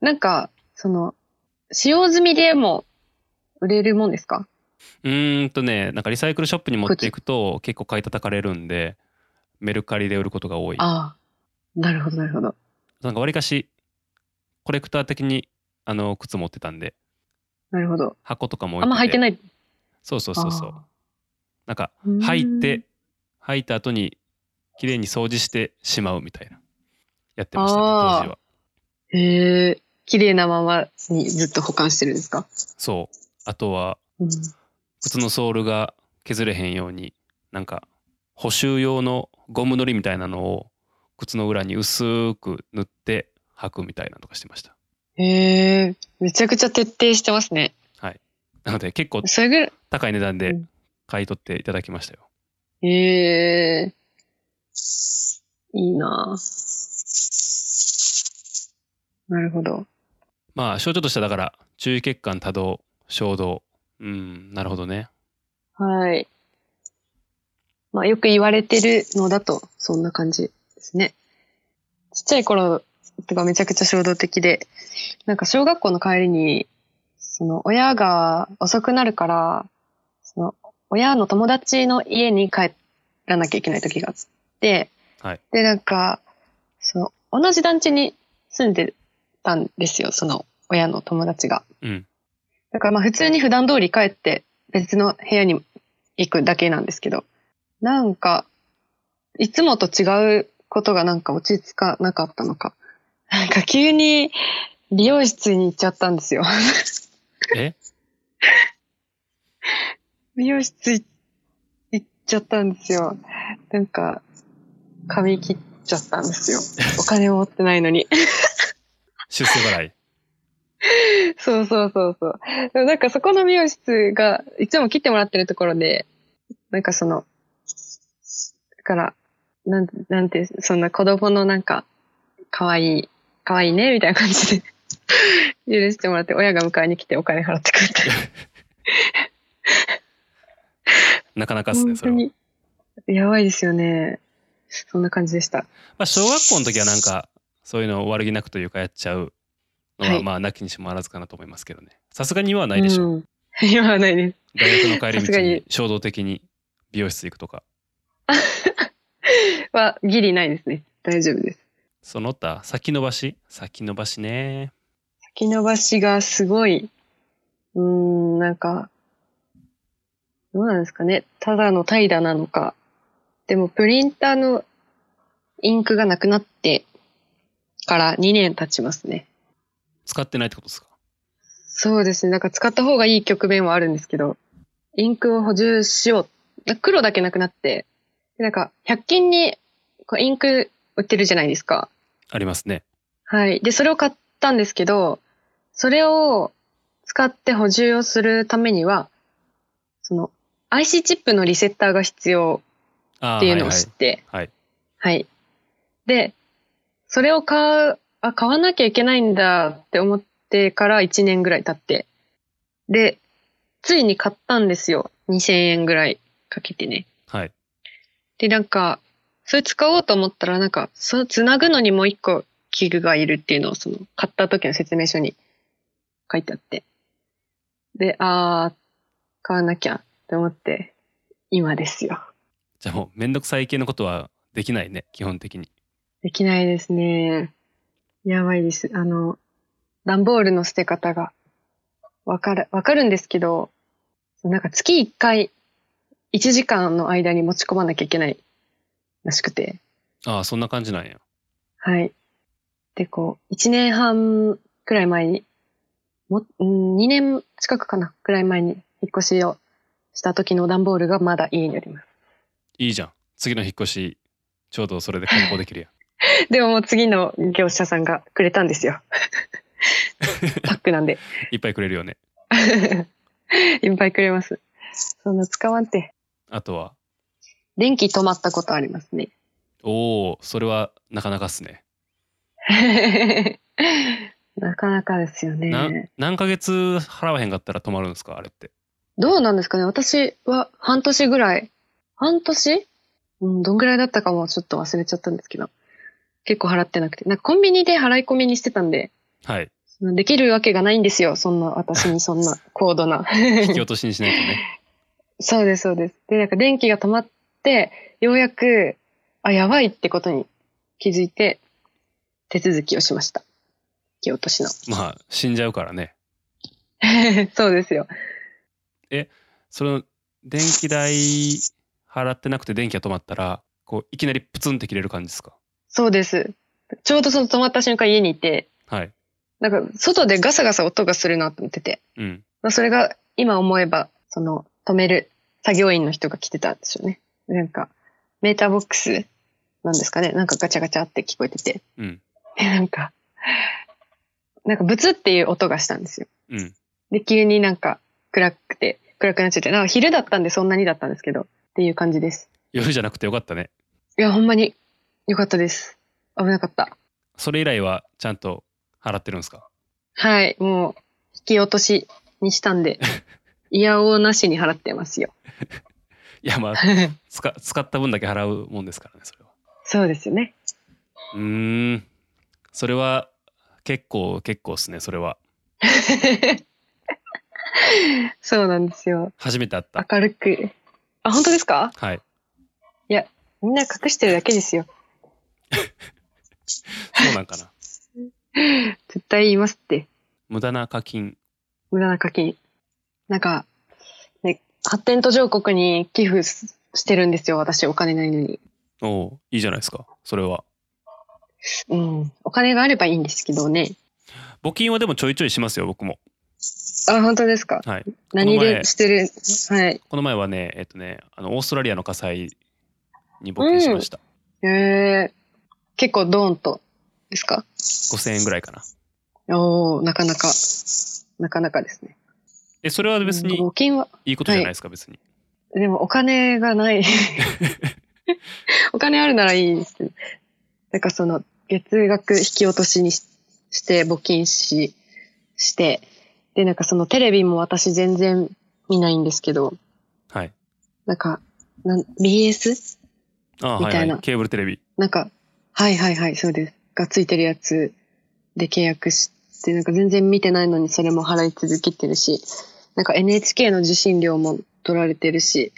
[SPEAKER 2] なんか、その、使用済みでも売れるもんですか
[SPEAKER 1] うーんとね、なんかリサイクルショップに持っていくと結構買い叩かれるんで、メルカリで売ることが多い。
[SPEAKER 2] ああ、なるほど、なるほど。
[SPEAKER 1] なんかわりかしコレクター的にあの靴持ってたんで
[SPEAKER 2] なるほど。
[SPEAKER 1] 箱とかも
[SPEAKER 2] あんま履いて
[SPEAKER 1] い
[SPEAKER 2] ない。
[SPEAKER 1] そうそうそうそうなんか
[SPEAKER 2] うーん
[SPEAKER 1] 履いて履いた後に綺麗に掃除してしまうみたいなやってましたね
[SPEAKER 2] あー
[SPEAKER 1] 当時は
[SPEAKER 2] へえ、綺麗なままにずっと保管してるんですか
[SPEAKER 1] そうあとは
[SPEAKER 2] うん。
[SPEAKER 1] 靴のソールが削れへんようになんか補修用のゴムのりみたいなのを靴の裏に薄く塗って履くみたいなのとかしてました
[SPEAKER 2] へえ、めちゃくちゃ徹底してますね。
[SPEAKER 1] なので結構
[SPEAKER 2] それぐらい、
[SPEAKER 1] 高い値段
[SPEAKER 2] う
[SPEAKER 1] で
[SPEAKER 2] ん
[SPEAKER 1] 買い取っていただきましたよ
[SPEAKER 2] ええいいなぁなるほど。
[SPEAKER 1] まあ症状としてはだから注意欠陥多動衝動うんなるほどね
[SPEAKER 2] はい。まあよく言われてるのだと、そんな感じですね。ちっちゃい頃とかめちゃくちゃ衝動的で、なんか小学校の帰りに、その親が遅くなるから、その親の友達の家に帰らなきゃいけない時があって、
[SPEAKER 1] はい
[SPEAKER 2] で、なんか、その同じ団地に住んでたんですよ、その親の友達が。
[SPEAKER 1] うん
[SPEAKER 2] だからまあ普通に普段通り帰って別の部屋に行くだけなんですけど、なんか、いつもと違うことがなんか落ち着かなかったのか。なんか急に美容室に行っちゃったんですよ。
[SPEAKER 1] え
[SPEAKER 2] 美容室い行っちゃったんですよ。なんか、髪切っちゃったんですよ。お金を持ってないのに。
[SPEAKER 1] 出世払い
[SPEAKER 2] そうそうそうそう。でもなんかそこの美容室が、いつも切ってもらってるところで、なんかその、だから、なん、なんて、そんな子供のなんか、可愛い、可愛いね、みたいな感じで、許してもらって、親が迎えに来てお金払ってくれて。
[SPEAKER 1] なかなかっすね
[SPEAKER 2] 本
[SPEAKER 1] そ
[SPEAKER 2] 当
[SPEAKER 1] れは、
[SPEAKER 2] に。やばいですよね。そんな感じでした。
[SPEAKER 1] まあ、小学校の時はなんかそういうのを悪気なくというかやっちゃうの
[SPEAKER 2] は
[SPEAKER 1] はいまあなきにしもあらずかなと思いますけどねさすがにはないでしょう、
[SPEAKER 2] うん 今はないです。
[SPEAKER 1] 大学の帰り
[SPEAKER 2] さす
[SPEAKER 1] 道
[SPEAKER 2] が
[SPEAKER 1] に
[SPEAKER 2] に
[SPEAKER 1] 衝動的に美容室行くとか
[SPEAKER 2] は、ギリないですね。大丈夫です。
[SPEAKER 1] その他先延ばし先延ばしね
[SPEAKER 2] 先延ばしがすごい、うーん、なんか、どうなんですかね。ただの怠惰なのか。でも、プリンターのインクがなくなってから2年経ちますね。
[SPEAKER 1] 使ってないってことですか
[SPEAKER 2] そうですね。なんか使った方がいい局面はあるんですけど、インクを補充しよう。黒だけなくなって、でなんか、100均にこうインク売ってるじゃないですか。
[SPEAKER 1] ありますね
[SPEAKER 2] はい。で、それを買ったんですけど、それを使って補充をするためには、その、IC チップのリセッターが必要
[SPEAKER 1] あー
[SPEAKER 2] っていうのを
[SPEAKER 1] はいは
[SPEAKER 2] 知
[SPEAKER 1] い
[SPEAKER 2] って、
[SPEAKER 1] はい
[SPEAKER 2] はい。で、それを買う、あ、買わなきゃいけないんだって思ってから1年ぐらい経って。で、ついに買ったんですよ。2000円ぐらいかけてね。
[SPEAKER 1] はい
[SPEAKER 2] で、なんか、それ使おうと思ったら、なんか、そう、つなぐのにもう一個器具がいるっていうのを、その、買った時の説明書に書いてあって。で、あー、買わなきゃって思って、今ですよ。
[SPEAKER 1] じゃあもうめんどくさい系のことはできないね基本的に
[SPEAKER 2] できないですね。やばいです。あの、段ボールの捨て方が、わかる、わかるんですけど、なんか月1回、1時間の間に持ち込まなきゃいけないらしくて、
[SPEAKER 1] ああそんな感じなんや
[SPEAKER 2] はい。で、こう、1年半くらい前に、も、うん2年近くかな、くらい前に引っ越しをした時の段ボールがまだ家にあります。
[SPEAKER 1] いいじゃん次の引っ越しちょうどそれで梱包できるやん
[SPEAKER 2] でももう次の業者さんがくれたんですよ。パックなんで。
[SPEAKER 1] いっぱいくれるよね
[SPEAKER 2] いっぱいくれます。そんな使わんて。
[SPEAKER 1] あとは
[SPEAKER 2] 電気止まったことありますね。
[SPEAKER 1] おおそれはなかなかっすね
[SPEAKER 2] なかなかですよ
[SPEAKER 1] な
[SPEAKER 2] ね。
[SPEAKER 1] 何ヶ月払わへんかったら止まるんですかあれって
[SPEAKER 2] どうなんですかね私は半年ぐらい。半年うん、どんぐらいだったかもちょっと忘れちゃったんですけど。結構払ってなくて。なんかコンビニで払い込みにしてたんで、
[SPEAKER 1] はい
[SPEAKER 2] そのできるわけがないんですよ。そんな、私にそんな高度な。
[SPEAKER 1] 引き落としにしないとね
[SPEAKER 2] そうです、そうです。で、なんか電気が止まって、ようやく、あ、やばいってことに気づいて、手続きをしました。引き落としの。
[SPEAKER 1] まあ死んじゃうからね
[SPEAKER 2] そうですよ。
[SPEAKER 1] その電気代払ってなくて電気が止まったらこういきなりプツンって切れる感じですか
[SPEAKER 2] そうです。ちょうどその止まった瞬間家にいて、
[SPEAKER 1] はい
[SPEAKER 2] なんか外でガサガサ音がするなと思ってて、
[SPEAKER 1] うん
[SPEAKER 2] まあ、それが今思えば、その止める作業員の人が来てたんでしょうね。なんか、メーターボックスなんですかね。なんかガチャガチャって聞こえてて。
[SPEAKER 1] うん
[SPEAKER 2] でなんか、なんかブツっていう音がしたんですよ。
[SPEAKER 1] うん
[SPEAKER 2] で、急になんか暗くて、暗くなっちゃって、なんか昼だったんでそんなにだったんですけど、っていう感じです。
[SPEAKER 1] 夜じゃなくてよかったね
[SPEAKER 2] いや、ほんまに良かったです。危なかった。
[SPEAKER 1] それ以来はちゃんと払ってるんですか
[SPEAKER 2] はい、もう、引き落としにしたんで、いやおうなしに払ってますよ。
[SPEAKER 1] いやまあ使使った分だけ払うもんですからねそれは
[SPEAKER 2] そうですよね。
[SPEAKER 1] うーんそれは結構結構っすねそれは
[SPEAKER 2] そうなんですよ。
[SPEAKER 1] 初めて会った
[SPEAKER 2] 明るく。あ、本当ですか
[SPEAKER 1] はい
[SPEAKER 2] みんな隠してるだけですよ。
[SPEAKER 1] そうなん かな
[SPEAKER 2] 絶対言いますって。
[SPEAKER 1] 無駄な課金
[SPEAKER 2] 無駄な課金。なんか、ね、発展途上国に寄付すしてるんですよ。私、お金ないのに。
[SPEAKER 1] おおいいじゃないですかそれは
[SPEAKER 2] うん。お金があればいいんですけどね。
[SPEAKER 1] 募金はでもちょいちょいしますよ僕も
[SPEAKER 2] あ、本当ですか
[SPEAKER 1] はい
[SPEAKER 2] 何
[SPEAKER 1] この前
[SPEAKER 2] でしてるはい。
[SPEAKER 1] この前はねえっとねあのオーストラリアの火災に募金しました、
[SPEAKER 2] へえ結構ドーンとですか
[SPEAKER 1] 5000円ぐらいかな
[SPEAKER 2] おおなかなか、なかなかですね。
[SPEAKER 1] えそれは別に
[SPEAKER 2] 募金は、
[SPEAKER 1] いいことじゃないですか、別に
[SPEAKER 2] でもお金がない。お金あるならいいんですけど。なんかその、月額引き落としにしして、募金し、して、で、なんかそのテレビも私全然見ないんですけど、
[SPEAKER 1] はい
[SPEAKER 2] なんか、なん BS?
[SPEAKER 1] あ
[SPEAKER 2] みた
[SPEAKER 1] はいい、
[SPEAKER 2] な
[SPEAKER 1] はい、ケーブルテレビ
[SPEAKER 2] なんか、はいはいはい、そうです。がついてるやつで契約して、なんか全然見てないのにそれも払い続けてるし、なんか NHK の受信料も取られてるし、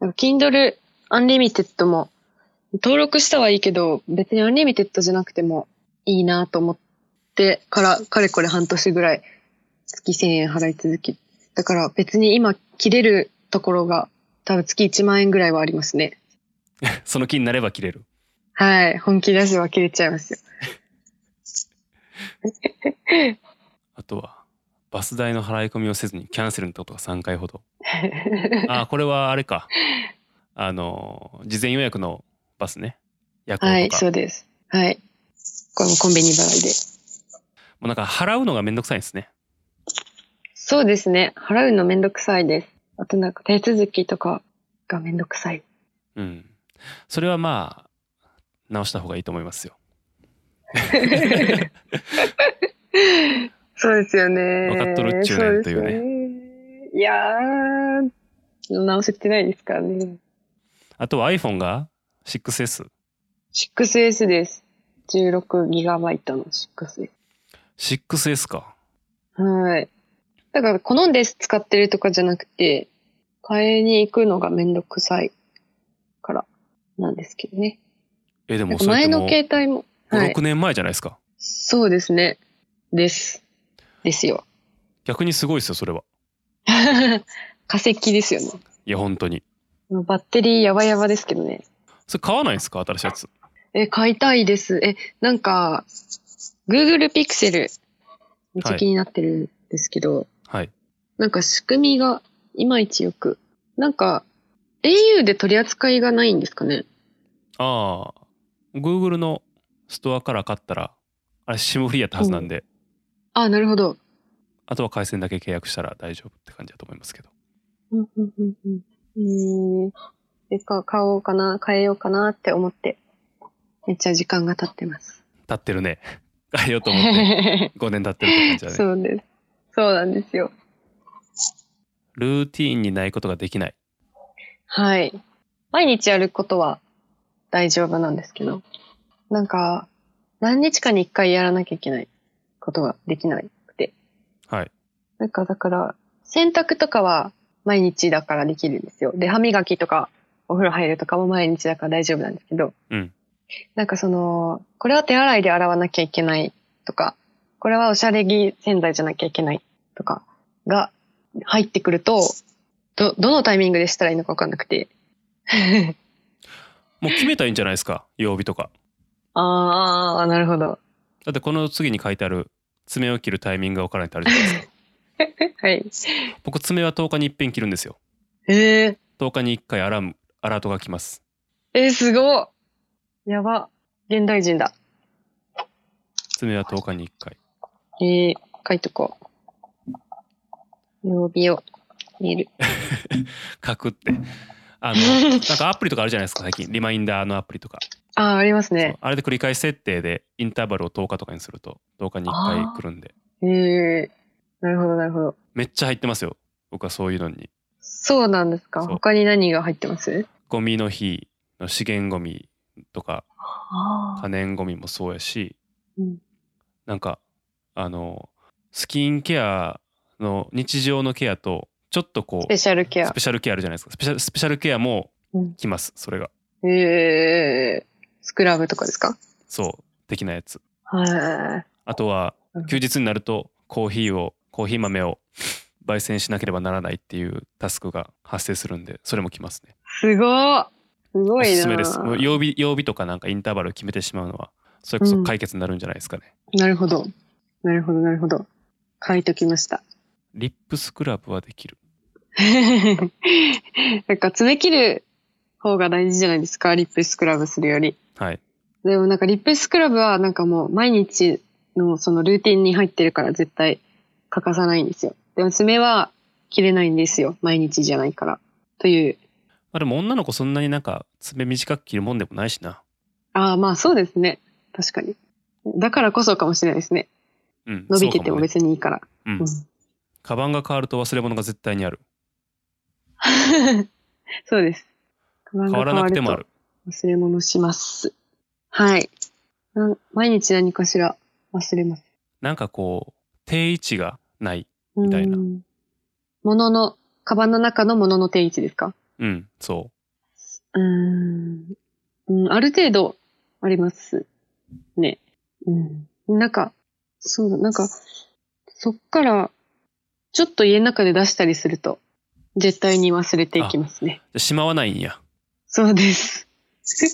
[SPEAKER 2] なんか Kindle Unlimited も登録したはいいけど、別に Unlimited じゃなくてもいいなと思ってから、かれこれ半年ぐらい月1000円払い続け、だから別に今切れるところが多分月1万円ぐらいはありますね。
[SPEAKER 1] その気になれば切れる。
[SPEAKER 2] はい。本気出せば切れちゃいますよ。
[SPEAKER 1] あとは、バス代の払い込みをせずにキャンセルのことが3回ほど。 あ あ、これはあれか。あの、事前予約のバスね。夜行とか。
[SPEAKER 2] はい、そうです。はい。このコンビニ払いで。
[SPEAKER 1] もうなんか払うのがめんどくさいんですね。
[SPEAKER 2] そうですね。払うのめんどくさいです。あとなんか手続きとかがめんど くさい。
[SPEAKER 1] うん。それはまあ、直した方がいいと思います よ。
[SPEAKER 2] そうですよね。
[SPEAKER 1] わかっとるっちゅうねんというね
[SPEAKER 2] そですよね。いやー、直せてないですからね。
[SPEAKER 1] あとは iPhone が 6S。
[SPEAKER 2] 6S です。16GB の 6S。
[SPEAKER 1] 6S か。
[SPEAKER 2] はい。だから好んで使ってるとかじゃなくて、買いに行くのがめんどくさいからなんですけどね。
[SPEAKER 1] え、でもそれって
[SPEAKER 2] 前
[SPEAKER 1] も
[SPEAKER 2] の
[SPEAKER 1] う
[SPEAKER 2] 携帯も。は
[SPEAKER 1] 5、
[SPEAKER 2] い
[SPEAKER 1] 6。年前じゃないですか。
[SPEAKER 2] そうですね。です。ですよ。
[SPEAKER 1] 逆にすごいですよ、それは。
[SPEAKER 2] 化石ですよね。
[SPEAKER 1] いや、本当に。
[SPEAKER 2] バッテリーやばやばですけどね。
[SPEAKER 1] それ買わないんですか新しいやつ。
[SPEAKER 2] え、買いたいです。え、なんか、Google Pixel、めっちゃ気になってるんですけど、
[SPEAKER 1] はい。
[SPEAKER 2] なんか仕組みがいまいちよく。なんか、au で取り扱いがないんですかね
[SPEAKER 1] ああ、Google のストアから買ったら、あれ、シムフリーやったはずなんで、
[SPEAKER 2] あ、なるほど。
[SPEAKER 1] あとは回線だけ契約したら大丈夫って感じだと思いますけど。
[SPEAKER 2] うんうんうんうん。えー、でか、買おうかな、変えようかなって思って、めっちゃ時間が経ってます。
[SPEAKER 1] 経ってるね。変えようと思って、5年経ってるって感じだね。
[SPEAKER 2] そうです。そうなんですよ。
[SPEAKER 1] ルーティーンにないことができない。
[SPEAKER 2] はい。毎日やることは大丈夫なんですけど、なんか、何日かに一回やらなきゃいけないことができなくて。
[SPEAKER 1] はい。
[SPEAKER 2] なんか、だから、洗濯とかは毎日だからできるんですよ。で、歯磨きとか、お風呂入るとかも毎日だから大丈夫なんですけど、
[SPEAKER 1] うん。
[SPEAKER 2] なんかその、これは手洗いで洗わなきゃいけないとか、これはおしゃれ着洗剤じゃなきゃいけないとかが入ってくると、ど、どのタイミングでしたらいいのかわかんなく て。
[SPEAKER 1] もう決めたらいいんじゃないですか曜日とか。
[SPEAKER 2] ああ、なるほど。
[SPEAKER 1] だってこの次に書いてある、爪を切るタイミングが分からないってあるじゃない ですか。
[SPEAKER 2] はい。
[SPEAKER 1] 僕、爪は10日に一遍切るんですよ。
[SPEAKER 2] えー、
[SPEAKER 1] 10日に1回アラーム、アラートが来ます。
[SPEAKER 2] えー、すごっやば。現代人だ。
[SPEAKER 1] 爪は10日に1回。
[SPEAKER 2] えー、書いとこう。曜日を見る。
[SPEAKER 1] 書くって。あ の、なんかアプリとかあるじゃないですか、最近。リマインダーのアプリとか。
[SPEAKER 2] ああ、あります
[SPEAKER 1] そう
[SPEAKER 2] ね。
[SPEAKER 1] あれで繰り返し設定で、インターバルを10日とかにすると、10日に1回来るんで。
[SPEAKER 2] えー、なるほど、なるほど。
[SPEAKER 1] めっちゃ入ってますよ。僕はそういうのに。
[SPEAKER 2] そうなんですか。
[SPEAKER 1] そう
[SPEAKER 2] 他に何が入ってます
[SPEAKER 1] ゴミの日の資源ゴミとか、
[SPEAKER 2] あ
[SPEAKER 1] 可燃ゴミもそうやし、
[SPEAKER 2] うん
[SPEAKER 1] なんか、あの、スキンケアの日常のケアと、ちょっとこ
[SPEAKER 2] ス
[SPEAKER 1] う、
[SPEAKER 2] ペシャルケ
[SPEAKER 1] ス
[SPEAKER 2] ア。
[SPEAKER 1] ペシャルケアあるじゃないですか。スペシャルスペシャルケアも
[SPEAKER 2] うん
[SPEAKER 1] 来ます、それが。
[SPEAKER 2] えー、スクラブとかですか
[SPEAKER 1] そう、的なやつ。
[SPEAKER 2] はい。
[SPEAKER 1] あとは
[SPEAKER 2] うん
[SPEAKER 1] 休日になるとコーヒーをコーヒー豆を焙煎しなければならないっていうタスクが発生するんでそれもきますね。
[SPEAKER 2] すごっすご
[SPEAKER 1] お
[SPEAKER 2] いな
[SPEAKER 1] すすめです。もう曜日曜日とかなんかインターバルを決めてしまうのはそれこそ解決になるんじゃないですかね。
[SPEAKER 2] なるほど。なるほど、なるほど。書いときました。
[SPEAKER 1] リップスクラブはできる。
[SPEAKER 2] なんか爪切る方が大事じゃないですか、リップスクラブするより。
[SPEAKER 1] はい。
[SPEAKER 2] でもなんかリップスクラブはなんかもう毎日のそのルーティンに入ってるから絶対欠かさないんですよ。でも爪は切れないんですよ。毎日じゃないから。という。
[SPEAKER 1] まあでも女の子そんなになんか爪短く切るもんでもないしな。
[SPEAKER 2] ああ、まあそうですね。確かに。だからこそかもしれないですね。
[SPEAKER 1] うん。
[SPEAKER 2] 伸びてても
[SPEAKER 1] そうかね
[SPEAKER 2] 別にいいから。
[SPEAKER 1] うん
[SPEAKER 2] うん。
[SPEAKER 1] カバンが変わると忘れ物が絶対にある。
[SPEAKER 2] そうです。変
[SPEAKER 1] 変わらなくてもある。
[SPEAKER 2] 忘れ物します。はい。なん毎日何かしら忘れます。
[SPEAKER 1] なんかこう定位置がない。
[SPEAKER 2] み
[SPEAKER 1] たいな
[SPEAKER 2] うんものの、カバンの中のものの定位置ですか
[SPEAKER 1] うん、そう
[SPEAKER 2] ーん。うん、ある程度あります。ね。うん。なんか、そうだ、なんか、そっから、ちょっと家の中で出したりすると、絶対に忘れていきますね。
[SPEAKER 1] う。しまわないんや。
[SPEAKER 2] そうです。 そ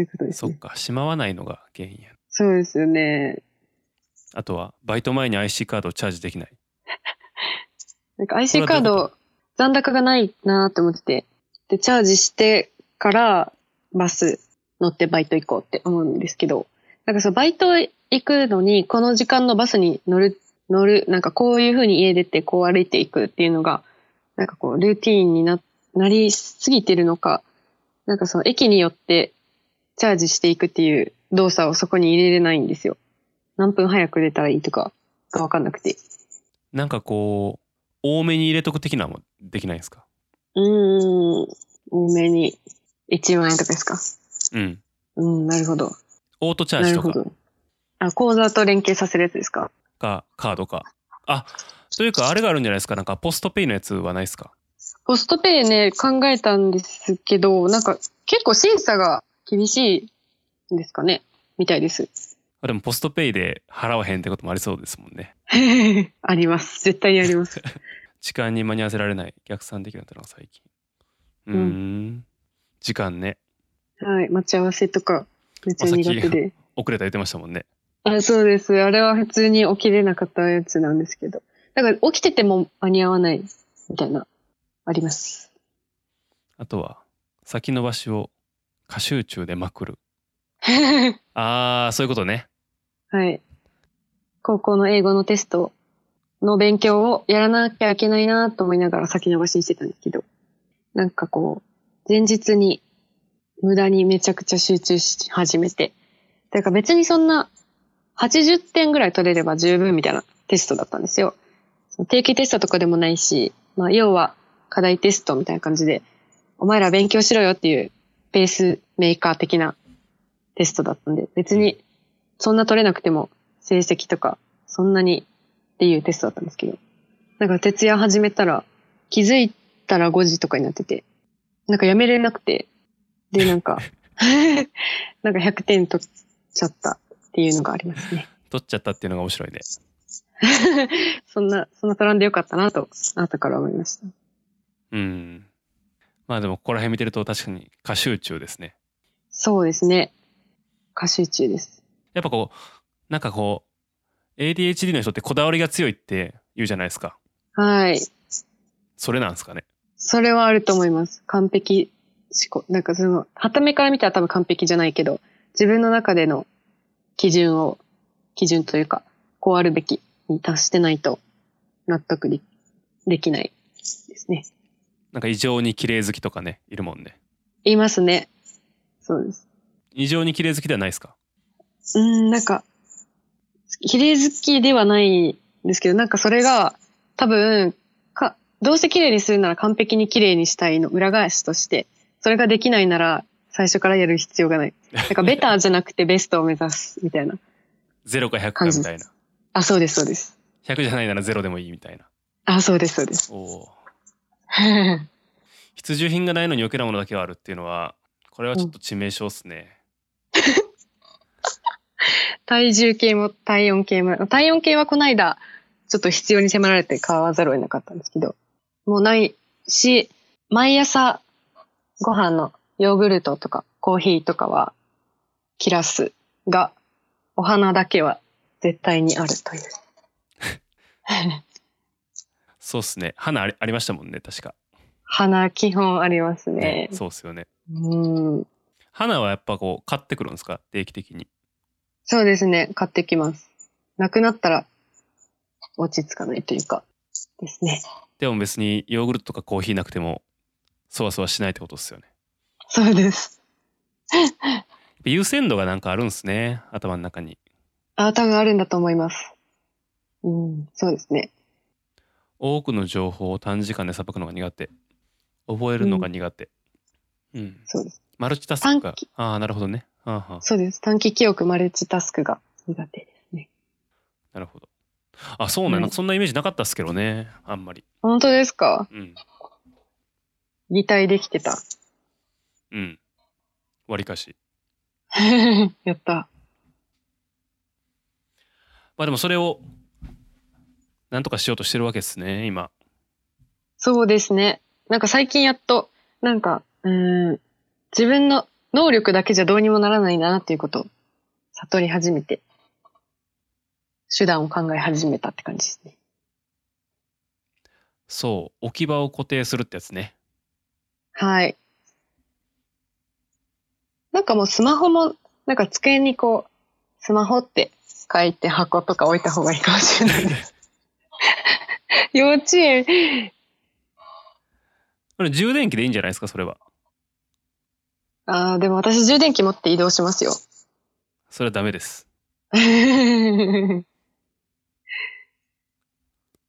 [SPEAKER 2] ういうことです
[SPEAKER 1] そっ
[SPEAKER 2] ね。
[SPEAKER 1] か、しまわないのが原因や。
[SPEAKER 2] そうですよね。
[SPEAKER 1] あとは、バイト前に IC カードをチャージできない。
[SPEAKER 2] なんか IC
[SPEAKER 1] これ
[SPEAKER 2] カ
[SPEAKER 1] は
[SPEAKER 2] ー
[SPEAKER 1] どういうこ
[SPEAKER 2] ド、残高がないなーって思ってて、で、チャージしてから、バス乗ってバイト行こうって思うんですけど、なんかそう、バイト行くのに、この時間のバスに乗る、乗る、なんかこういう風に家出て、こう歩いていくっていうのが、なんかこう、ルーティーンにな、なりすぎてるのか、なんかその駅によって、チャージしていくっていう動作をそこに入れれないんですよ。何分早く出たらいいとか、がわかんなくて。
[SPEAKER 1] なんかこう、多めに入れとく的なのもできないですか
[SPEAKER 2] うーん。多めに。1万円とかですか
[SPEAKER 1] うん。
[SPEAKER 2] うん、なるほど。
[SPEAKER 1] オートチャー
[SPEAKER 2] な
[SPEAKER 1] ジ
[SPEAKER 2] る
[SPEAKER 1] と
[SPEAKER 2] ほ
[SPEAKER 1] か
[SPEAKER 2] ど。あ、口座と連携させるやつですか
[SPEAKER 1] か、カードか。あ、というか、あれがあるんじゃないですかなんか、ポストペイのやつはないですか
[SPEAKER 2] ポストペイね、考えたんですけど、なんか結構審査が厳しいんですかねみたいです。
[SPEAKER 1] あでも、ポストペイで払わへんってこともありそうですもんね。
[SPEAKER 2] あります。絶対にあ ります。
[SPEAKER 1] 時間に間に合わせられない。逆算できなくなったのが最近。うーん。、
[SPEAKER 2] うん
[SPEAKER 1] 時間ね。
[SPEAKER 2] はい。待ち合わせとか、めっちゃ苦手で。
[SPEAKER 1] 遅れた言ってましたもんね。
[SPEAKER 2] あ、そうです。あれは普通に起きれなかったやつなんですけど。だから起きてても間に合わないみたいな、あります。
[SPEAKER 1] あとは、先延ばしを過集中でまくる。あー、そういうことね。
[SPEAKER 2] はい。高校の英語のテストの勉強をやらなきゃいけないなと思いながら先延ばしにしてたんですけど、なんかこう、前日に無駄にめちゃくちゃ集中し始めて、だから別にそんな80点ぐらい取れれば十分みたいなテストだったんですよ。定期テストとかでもないし、まあ要は課題テストみたいな感じで、お前ら勉強しろよっていうペースメーカー的なテストだったんで、別にそんな取れなくても成績とか、そんなにっていうテストだったんですけど。なんか徹夜始めたら、気づいたら5時とかになってて、なんかやめれなくて、で、なん か、なんか100点取っちゃったっていうのがあります ね。
[SPEAKER 1] 取っちゃったっていうのが面白いね。
[SPEAKER 2] そんな、そんな取らんでよかったなと、後から思いました。
[SPEAKER 1] うん。まあでも、ここら辺見てると確かに過集中ですね。
[SPEAKER 2] そうですね。過集中です。
[SPEAKER 1] やっぱこう、なんかこう、ADHD の人ってこだわりが強いって言うじゃないですか。
[SPEAKER 2] はい。
[SPEAKER 1] それなんですかね。
[SPEAKER 2] それはあると思います。完璧思考。なんかその、は目から見たら多分完璧じゃないけど、自分の中での基準を、基準というか、こうあるべきに達してないと納得でできないですね。
[SPEAKER 1] なんか異常に綺麗好きとかね、いるもんね。
[SPEAKER 2] 言いますね。そうです。
[SPEAKER 1] 異常に綺麗好きではないですか。
[SPEAKER 2] うーん、なんか、綺麗好きではないんですけど、なんかそれが、多分、か、どうせ綺麗にするなら完璧に綺麗にしたいの裏返しとして、それができないなら、最初からやる必要がない。なんかベターじゃなくてベストを目指す、みたいな。
[SPEAKER 1] 0か100かみたいな。
[SPEAKER 2] あ、そうです、そうです。
[SPEAKER 1] 100じゃないなら0でもいいみたいな。
[SPEAKER 2] あ、そうです、そ うです。
[SPEAKER 1] おー必需品がないのに余計なものだけはあるっていうのは、これはちょっと致命傷っすね。
[SPEAKER 2] 体重計も体温計も、体温計はこないだ、ちょっと必要に迫られて買わざるを得なかったんですけど、もうないし、毎朝ご飯のヨーグルトとかコーヒーとかは切らすが、お花だけは絶対にあるという。
[SPEAKER 1] そうっすね。花ありありましたもんね、確か。
[SPEAKER 2] 花基本あります
[SPEAKER 1] ね
[SPEAKER 2] ね。
[SPEAKER 1] そうっすよね。
[SPEAKER 2] うん。
[SPEAKER 1] 花はやっぱこう、買ってくるんですか定期的に。
[SPEAKER 2] そうですね。買ってきます。なくなったら落ち着かないというか、ですね。
[SPEAKER 1] でも別にヨーグルトとかコーヒーなくても、そわそわしないってことっすよね。
[SPEAKER 2] そうです。
[SPEAKER 1] やっぱ優先度がなんかあるんですね頭の中に
[SPEAKER 2] あ、多分あるんだと思います。うん、そうですね。
[SPEAKER 1] 多くの情報を短時間でさばくのが苦手覚えるのが苦手うん、
[SPEAKER 2] そうです。
[SPEAKER 1] マルチタスクが
[SPEAKER 2] 短期
[SPEAKER 1] ああなるほどねああ
[SPEAKER 2] そうです。短期記憶マルチタスクが苦手ですね。
[SPEAKER 1] なるほどあそうなんや
[SPEAKER 2] うん
[SPEAKER 1] なんかそんなイメージなかったっすけどねあんまり
[SPEAKER 2] 本当ですか
[SPEAKER 1] うん
[SPEAKER 2] 擬態できてた。
[SPEAKER 1] うんわりかし
[SPEAKER 2] やった。
[SPEAKER 1] まあでもそれをなんとかしようとしてるわけですね今
[SPEAKER 2] そうですね。なんか最近やっと、なんか、うーん、自分の能力だけじゃどうにもならないんだなっていうことを悟り始めて、手段を考え始めたって感じですね。
[SPEAKER 1] そう置き場を固定するってやつね
[SPEAKER 2] はい。なんかもうスマホも、なんか机にこう、スマホって書いて箱とか置いた方がいいかもしれないです。幼稚園、
[SPEAKER 1] これ充電器でいいんじゃないですかそれは
[SPEAKER 2] ああ、でも私充電器持って移動しますよ。
[SPEAKER 1] それはダメです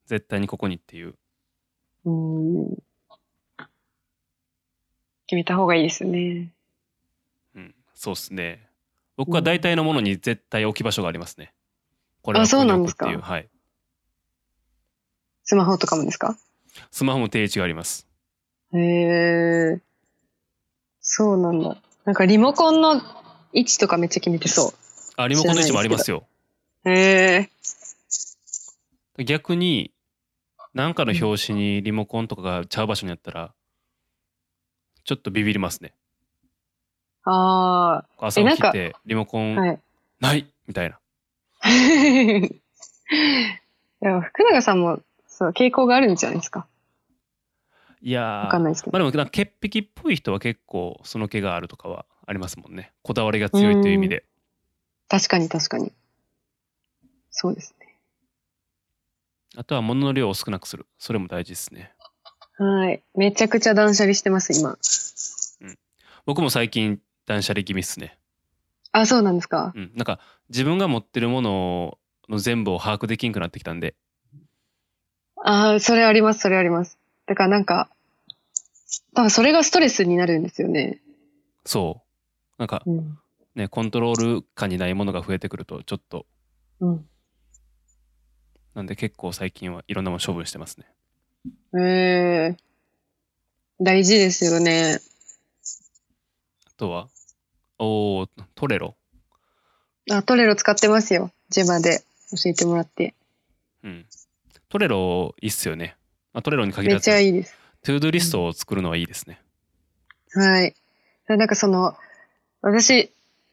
[SPEAKER 1] 絶対にここにっていう
[SPEAKER 2] うん決めた方がいいですよね。
[SPEAKER 1] うん、そうですね。僕は大体のものに絶対置き場所がありますね。これは
[SPEAKER 2] あ
[SPEAKER 1] ここ
[SPEAKER 2] そう
[SPEAKER 1] に
[SPEAKER 2] なん
[SPEAKER 1] 置
[SPEAKER 2] で
[SPEAKER 1] くっ
[SPEAKER 2] す
[SPEAKER 1] て
[SPEAKER 2] か
[SPEAKER 1] いう。はい。
[SPEAKER 2] スマホとかもですか
[SPEAKER 1] スマホも定位置があります。
[SPEAKER 2] へえ。そうなんだ。なんかリモコンの位置とかめっちゃ決めてそ
[SPEAKER 1] あ、リモコンの位置もありますよ。
[SPEAKER 2] う。へえ。
[SPEAKER 1] 逆に、なんかの表紙にリモコンとかがちゃう場所にあったら、ちょっとビビりますね。
[SPEAKER 2] あ
[SPEAKER 1] 朝
[SPEAKER 2] え
[SPEAKER 1] 起
[SPEAKER 2] なん
[SPEAKER 1] き
[SPEAKER 2] か
[SPEAKER 1] て、リモコ
[SPEAKER 2] あ、
[SPEAKER 1] ン
[SPEAKER 2] はい。
[SPEAKER 1] ないみたいな。
[SPEAKER 2] でも福永さんもそう傾向があるんじゃないですか。
[SPEAKER 1] いや
[SPEAKER 2] わ
[SPEAKER 1] ー、
[SPEAKER 2] かんないですけ
[SPEAKER 1] まあ
[SPEAKER 2] ど。
[SPEAKER 1] でも、なんか潔癖っぽい人は結構その毛があるとかはありますもんね。こだわりが強いという意味で。
[SPEAKER 2] 確かに確かに。そうですね。
[SPEAKER 1] あとは物の量を少なくする。それも大事ですね。
[SPEAKER 2] はい。めちゃくちゃ断捨離してます、今。
[SPEAKER 1] 僕も最近断捨離気味っすね。
[SPEAKER 2] あ、そうなんですか。
[SPEAKER 1] うん、なんか自分が持ってるものの全部を把握できんくなってきたんで
[SPEAKER 2] ああ、それあります、それあります。だからなんか、多分それがストレスになるんですよね。
[SPEAKER 1] そうなんか
[SPEAKER 2] うん。
[SPEAKER 1] ねコントロール下にないものが増えてくるとちょっと
[SPEAKER 2] うん。
[SPEAKER 1] なんで結構最近はいろんなもの処分してますね
[SPEAKER 2] ええ大事ですよね。
[SPEAKER 1] あとはおートレロ
[SPEAKER 2] あ、トレロ使ってますよ。ジェマで教えてもらって。
[SPEAKER 1] うんトレロいいっすよね、まあ、トレロに限
[SPEAKER 2] め
[SPEAKER 1] ら
[SPEAKER 2] っ
[SPEAKER 1] ず
[SPEAKER 2] ちゃいいです。
[SPEAKER 1] トゥードゥリストを作るのはいいですね
[SPEAKER 2] はい。なんかその、私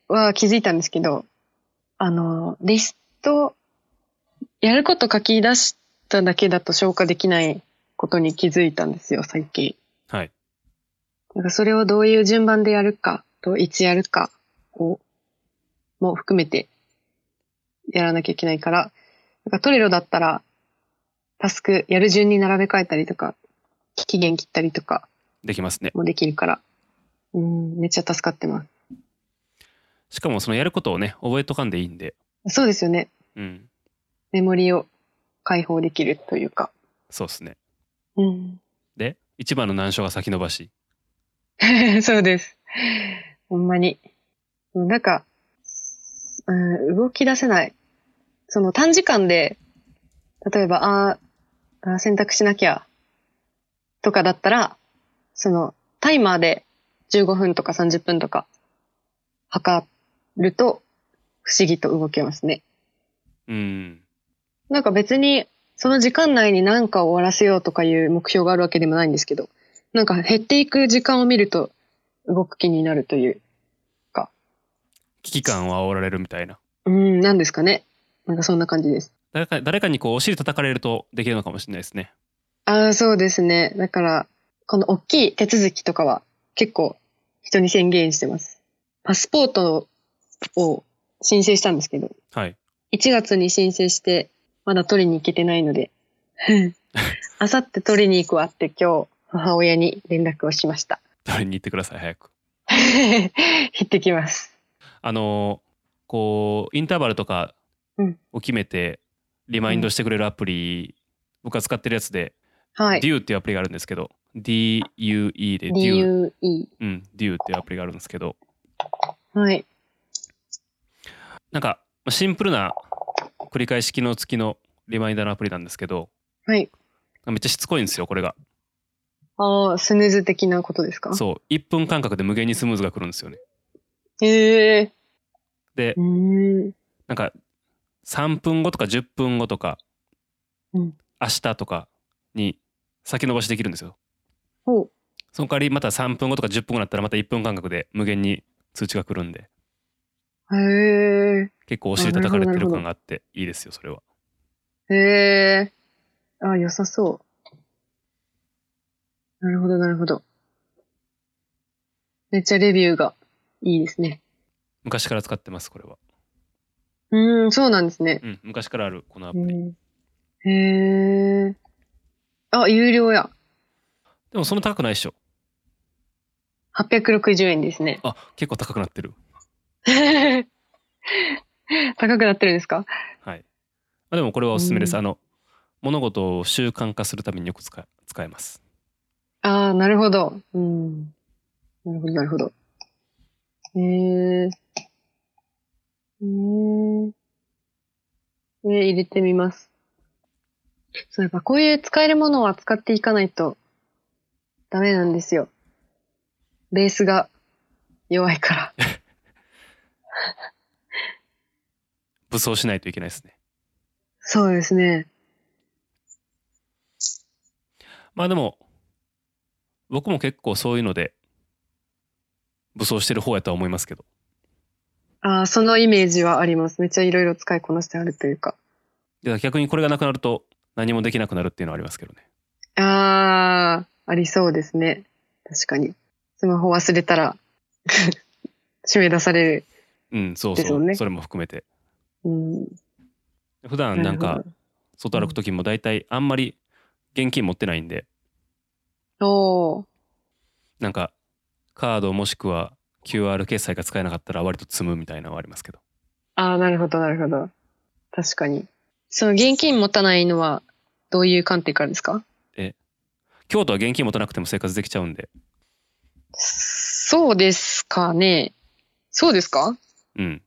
[SPEAKER 2] は気づいたんですけど、あの、リスト、やること書き出しただけだと消化できないことに気づいたんですよ、最近。
[SPEAKER 1] はい
[SPEAKER 2] なんかそれをどういう順番でやるかと、いつやるかを、も含めてやらなきゃいけないから、なんかトレロだったら、タスクやる順に並べ替えたりとか、期限切ったりとか
[SPEAKER 1] できますね
[SPEAKER 2] もできるから、うん、めっちゃ助かってま。
[SPEAKER 1] しかもそのやることをね覚えとかんでいいんです
[SPEAKER 2] そうですよね。
[SPEAKER 1] うん
[SPEAKER 2] メモリを解放できるというか。
[SPEAKER 1] そうっすね
[SPEAKER 2] うん。
[SPEAKER 1] で一番の難所が先延ばし
[SPEAKER 2] そうです。ほんまに。うんなんか、うん、動き出せない。その短時間で、例えば、あーあー、選択しなきゃ、とかだったら、その、タイマーで15分とか30分とか、測ると、不思議と動けますね。
[SPEAKER 1] うん
[SPEAKER 2] なんか別に、その時間内に何かを終わらせようとかいう目標があるわけでもないんですけど、なんか減っていく時間を見ると動く気になるという、
[SPEAKER 1] 危機感を煽られるみたいな
[SPEAKER 2] うん、なんですかね。なんかそんな感じです。
[SPEAKER 1] 誰か誰かにこうお尻叩かれるとできるのかもしれないですね。
[SPEAKER 2] ああ、そうですね。だから、この大きい手続きとかは結構人に宣言してます。パスポートを申請したんですけど、
[SPEAKER 1] はい。
[SPEAKER 2] 1月に申請して、まだ取りに行けてないので、あさって取りに行くわって今日母親に連絡をしました。
[SPEAKER 1] 誰に言ってください早く。
[SPEAKER 2] 行ってきます。
[SPEAKER 1] あのーこうインターバルとか
[SPEAKER 2] うん
[SPEAKER 1] を決めてリマインドしてくれるアプリ、僕が使ってるやつで、
[SPEAKER 2] はい。
[SPEAKER 1] Due っていうアプリがあるんですけど DUE で Due,
[SPEAKER 2] DUE。
[SPEAKER 1] うん、Due っていうアプリがあるんですけど
[SPEAKER 2] はい。
[SPEAKER 1] なんかシンプルな繰り返し機能付きのリマインダーのアプリなんですけど、
[SPEAKER 2] はい。
[SPEAKER 1] めっちゃしつこいんですよ、これが。
[SPEAKER 2] ああ、スヌーズ的なことですか
[SPEAKER 1] そう、1分間隔で無限にスムーズが来るんですよね。
[SPEAKER 2] へえ
[SPEAKER 1] で
[SPEAKER 2] う、ーん。
[SPEAKER 1] なんか、3分後とか10分後とか、
[SPEAKER 2] うん
[SPEAKER 1] 明日とかに先延ばしできるんですよ。
[SPEAKER 2] ほう。
[SPEAKER 1] その代わりまた3分後とか10分後になったらまた1分間隔で無限に通知が来るんで、
[SPEAKER 2] へえ
[SPEAKER 1] 結構お尻叩かれてる感があっていいですよ、それは。
[SPEAKER 2] へえああ、良さそう。なるほど、なるほど。めっちゃレビューがいいですね。
[SPEAKER 1] 昔から使ってます、これは。
[SPEAKER 2] うーん、そうなんですね。
[SPEAKER 1] うん、昔からあるこのアプリ。
[SPEAKER 2] うんへえあ、有料や。
[SPEAKER 1] でもそんな高くないでしょ。
[SPEAKER 2] 860円ですね。
[SPEAKER 1] あ、結構高くなってる。
[SPEAKER 2] 高くなってるんですか
[SPEAKER 1] はい。まあ、でもこれはおすすめです。
[SPEAKER 2] うん
[SPEAKER 1] あの、物事を習慣化するためによく使え使えます。
[SPEAKER 2] ああ、なるほど。うん。なるほど、なるほど。えー。えー。えー入れてみます。そういえば、こういう使えるものは使っていかないとダメなんですよ。ベースが弱いから。
[SPEAKER 1] 武装しないといけないですね。
[SPEAKER 2] そうですね。
[SPEAKER 1] まあでも、僕も結構そういうので、武装してる方やとは思いますけど。
[SPEAKER 2] ああ、そのイメージはあります。めっちゃいろいろ使いこなしてあるというか。
[SPEAKER 1] で逆にこれがなくなると何もできなくなるっていうのはありますけどね。
[SPEAKER 2] ああ、ありそうですね。確かに。スマホ忘れたら、 締め出される。
[SPEAKER 1] うん、そう
[SPEAKER 2] です
[SPEAKER 1] そ
[SPEAKER 2] よ
[SPEAKER 1] う。
[SPEAKER 2] ね
[SPEAKER 1] それも含めて。
[SPEAKER 2] うん、
[SPEAKER 1] 普段なんか、外歩く時も大体あんまり現金持ってないんで、
[SPEAKER 2] おお
[SPEAKER 1] なんかカードもしくは QR 決済が使えなかったら割と積むみたいなのはありますけど。
[SPEAKER 2] ああ、なるほど、なるほど。確かに。その現金持たないのは、どういう観点からですか
[SPEAKER 1] 京都は現金持たなくても生活できちゃうんで、
[SPEAKER 2] そうですかね。そうですか
[SPEAKER 1] うん。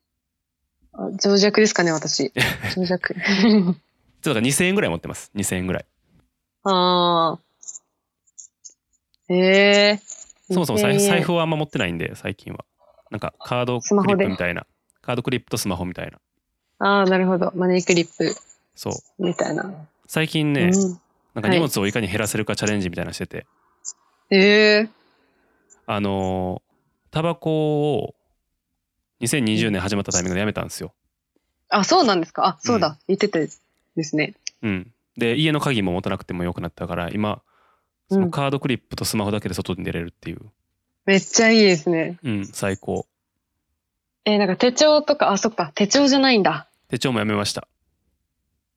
[SPEAKER 2] あ情弱ですか ね、私。情弱。
[SPEAKER 1] ちょっとだから2000円ぐらい持ってます。2000円ぐらい。
[SPEAKER 2] ああ。ええ
[SPEAKER 1] そもそも財財布
[SPEAKER 2] を。
[SPEAKER 1] はあんま持ってないんで、最近は。なんかカードク
[SPEAKER 2] スマ
[SPEAKER 1] リ
[SPEAKER 2] ホ
[SPEAKER 1] ッ
[SPEAKER 2] で
[SPEAKER 1] プみたいな。カードクリップとスマホみたいな。
[SPEAKER 2] ああ、なるほど。マネークリップ
[SPEAKER 1] そう。
[SPEAKER 2] みたいな。
[SPEAKER 1] 最近ね、
[SPEAKER 2] うん
[SPEAKER 1] なんか荷物をいかに減らせるかチャレンジみたいなのしてて、
[SPEAKER 2] ええ
[SPEAKER 1] あのータバコを2020年始まったタイミングでやめたんですよ。
[SPEAKER 2] あ、そうなんですかあ、そう
[SPEAKER 1] う
[SPEAKER 2] だ。言ってたですね。
[SPEAKER 1] うん。で、家の鍵も持たなくてもよくなったから、今、そのカードクリップとスマホだけで外に出れるっていう、
[SPEAKER 2] めっちゃいいですね。
[SPEAKER 1] うん、最高。
[SPEAKER 2] えーなんか手帳とか、あ、そっか、手帳じゃないんだ。
[SPEAKER 1] 手帳もやめました。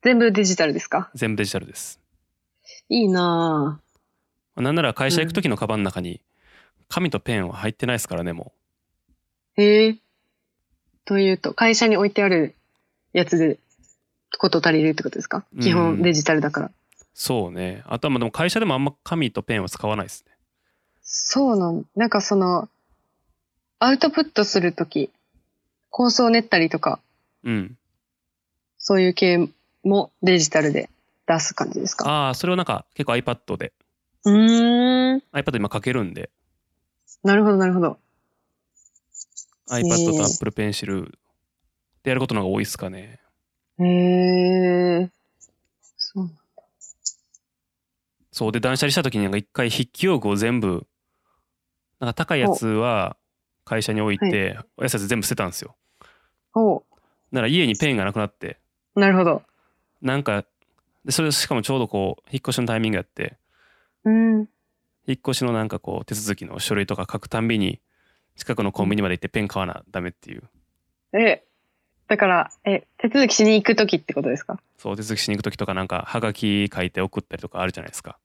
[SPEAKER 2] 全部デジタルですか
[SPEAKER 1] 全部デジタルです。
[SPEAKER 2] いいなぁ。
[SPEAKER 1] なんなら会社行く時のカバンの中に、紙とペンは入ってないですからね、も
[SPEAKER 2] えー、というと、会社に置いてあるやつで、こと足りるってことですか
[SPEAKER 1] うん
[SPEAKER 2] 基本デジタルだから。
[SPEAKER 1] う。そうね。あとはまあでも会社でもあんま紙とペンは使わないですね。
[SPEAKER 2] そうなん、なんかその、アウトプットするとき、構想練ったりとか、
[SPEAKER 1] うん。
[SPEAKER 2] そういう系もデジタルで出す感じですか
[SPEAKER 1] ああ、それはなんか結構 iPad で、
[SPEAKER 2] うーん。
[SPEAKER 1] iPad 今書けるんで、
[SPEAKER 2] なるほど、なるほど。
[SPEAKER 1] iPad
[SPEAKER 2] え
[SPEAKER 1] と
[SPEAKER 2] え
[SPEAKER 1] Apple Pencil でやることの方が多いですかね。
[SPEAKER 2] へえ。そう。
[SPEAKER 1] そうで断捨離した時になんか一回筆記用具を全部なんか高いやつは会社に置いておやつ全部捨てたんですよ。
[SPEAKER 2] お
[SPEAKER 1] なら家にペンがなくなって
[SPEAKER 2] うなるほど。
[SPEAKER 1] なんかでそれしかもちょうどこう引っ越しのタイミングやって
[SPEAKER 2] うん。
[SPEAKER 1] 引っ越しのなんかこう手続きの書類とか書くたんびに近くのコンビニまで行ってペン買わなダメっていう
[SPEAKER 2] え、だから、え、手続きしに行くときってことですか
[SPEAKER 1] そう手続きしに行く時とかなんかはがき書いて送ったりとかあるじゃないですか。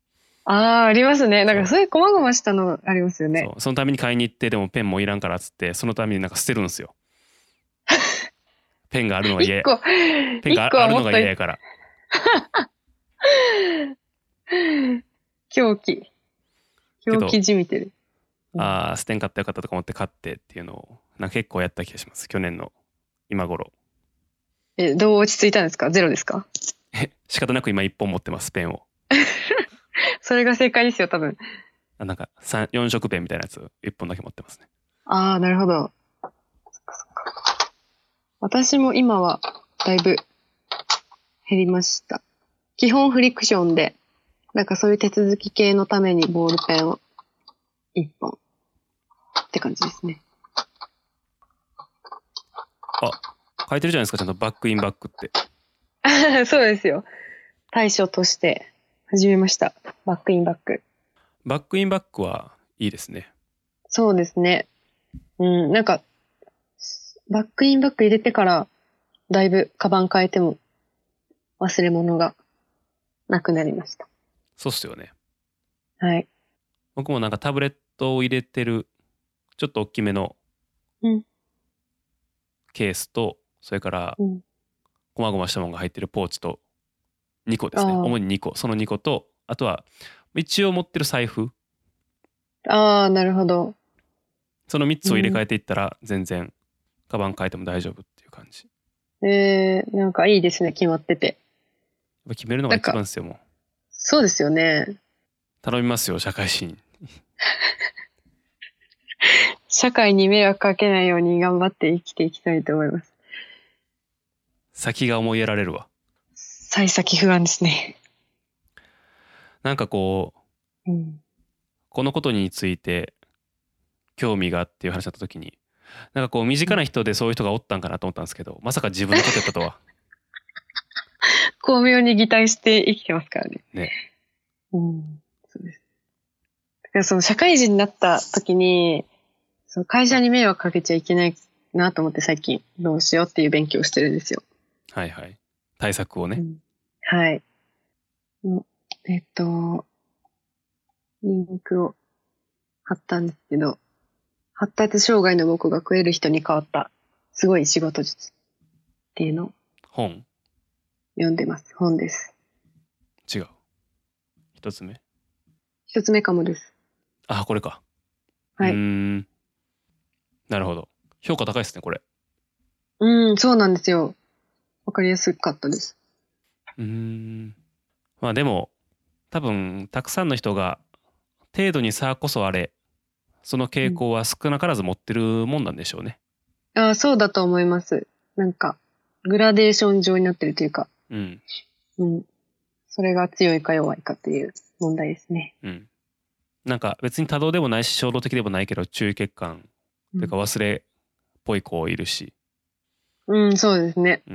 [SPEAKER 2] ああ、ありますね。なん
[SPEAKER 1] そう
[SPEAKER 2] かそういう細々したのありますよね
[SPEAKER 1] そ。うそのために買いに行ってでもペンもいらんからっつってそのためになんか捨てるんです よ。ペンがあるのが嫌
[SPEAKER 2] 一
[SPEAKER 1] や
[SPEAKER 2] 個、
[SPEAKER 1] ペンが
[SPEAKER 2] 一個
[SPEAKER 1] あ
[SPEAKER 2] は
[SPEAKER 1] る
[SPEAKER 2] も
[SPEAKER 1] の
[SPEAKER 2] っ
[SPEAKER 1] が
[SPEAKER 2] と
[SPEAKER 1] 嫌やから。
[SPEAKER 2] 狂気。
[SPEAKER 1] ど
[SPEAKER 2] 狂気じみてる。うん
[SPEAKER 1] ああ、ステン買ったよかったとか思って買ってっていうのを、なんか結構やった気がします。去年の今頃。
[SPEAKER 2] え、どう落ち着いたんですかゼロですか
[SPEAKER 1] 仕方なく今1本持ってますペンを
[SPEAKER 2] それが正解ですよ、多分。
[SPEAKER 1] あなんか4色ペンみたいなやつ1本だけ持ってますね
[SPEAKER 2] ああ、なるほど。私も今はだいぶ減りました。基本フリクションで、なんかそういう手続き系のためにボールペンを1本って感じですね。
[SPEAKER 1] 書いてるじゃないですかちゃんとバックインバックって
[SPEAKER 2] そうですよ。対処として始めました。バックインバック。
[SPEAKER 1] バックインバックはいいですね
[SPEAKER 2] そうですね。うん、なんか、バックインバック入れてから、だいぶカバン変えても忘れ物がなくなりました。
[SPEAKER 1] そうっすよね
[SPEAKER 2] はい。
[SPEAKER 1] 僕もなんかタブレットを入れてるちょっと大きめの
[SPEAKER 2] うん
[SPEAKER 1] ケースと、それから
[SPEAKER 2] うん
[SPEAKER 1] 細々したものが入ってるポーチと2個ですね
[SPEAKER 2] あー
[SPEAKER 1] 主に2個その2個とあとは一応持ってる財布
[SPEAKER 2] ああ、なるほど。
[SPEAKER 1] その3つを入れ替えていったら全然カバン変えても大丈夫っていう感じやっ
[SPEAKER 2] えー、なんかいいですね、決まってて。
[SPEAKER 1] ぱ決めるのが一番ですよもう
[SPEAKER 2] そうですよね。
[SPEAKER 1] 頼みますよ社会人
[SPEAKER 2] 社会に迷惑かけないように頑張って生きていきたいと思います。
[SPEAKER 1] 先が思いやられるわ
[SPEAKER 2] 幸先不安ですね。
[SPEAKER 1] なんかこう
[SPEAKER 2] うん。
[SPEAKER 1] このことについて興味がっていう話だった時になんかこう身近な人でそういう人がおったんかなと思ったんですけどまさか自分のことやったとは
[SPEAKER 2] 巧妙に擬態して生きてますからね。
[SPEAKER 1] ね。
[SPEAKER 2] うん。そうです。だからその社会人になった時に、その会社に迷惑かけちゃいけないなと思って最近どうしようっていう勉強をしてるんですよ。
[SPEAKER 1] はいはい対策を
[SPEAKER 2] う
[SPEAKER 1] ね
[SPEAKER 2] んはい。もうえっと、リンクを貼ったんですけど、発達障害の僕が食える人に変わった、すごい仕事術っていうのを
[SPEAKER 1] 本
[SPEAKER 2] 読んでます。本です。
[SPEAKER 1] 違う一つ目
[SPEAKER 2] 一つ目かもです。
[SPEAKER 1] あこれか
[SPEAKER 2] はいう
[SPEAKER 1] ーんなるほど評価高いですねこれ
[SPEAKER 2] うん、そうなんですよ。わかりやすかったです。
[SPEAKER 1] うーんまあでも多分たくさんの人が程度に差こそあれその傾向は少なからず持ってるもんなんでしょうね
[SPEAKER 2] あそうだと思います。なんか、グラデーション状になってるというか、
[SPEAKER 1] うん
[SPEAKER 2] うん。それが強いか弱いかという問題ですね。
[SPEAKER 1] うんなんか別に多動でもないし衝動的でもないけど注意欠陥というか忘れっぽい子いるし、
[SPEAKER 2] うん、そうですね。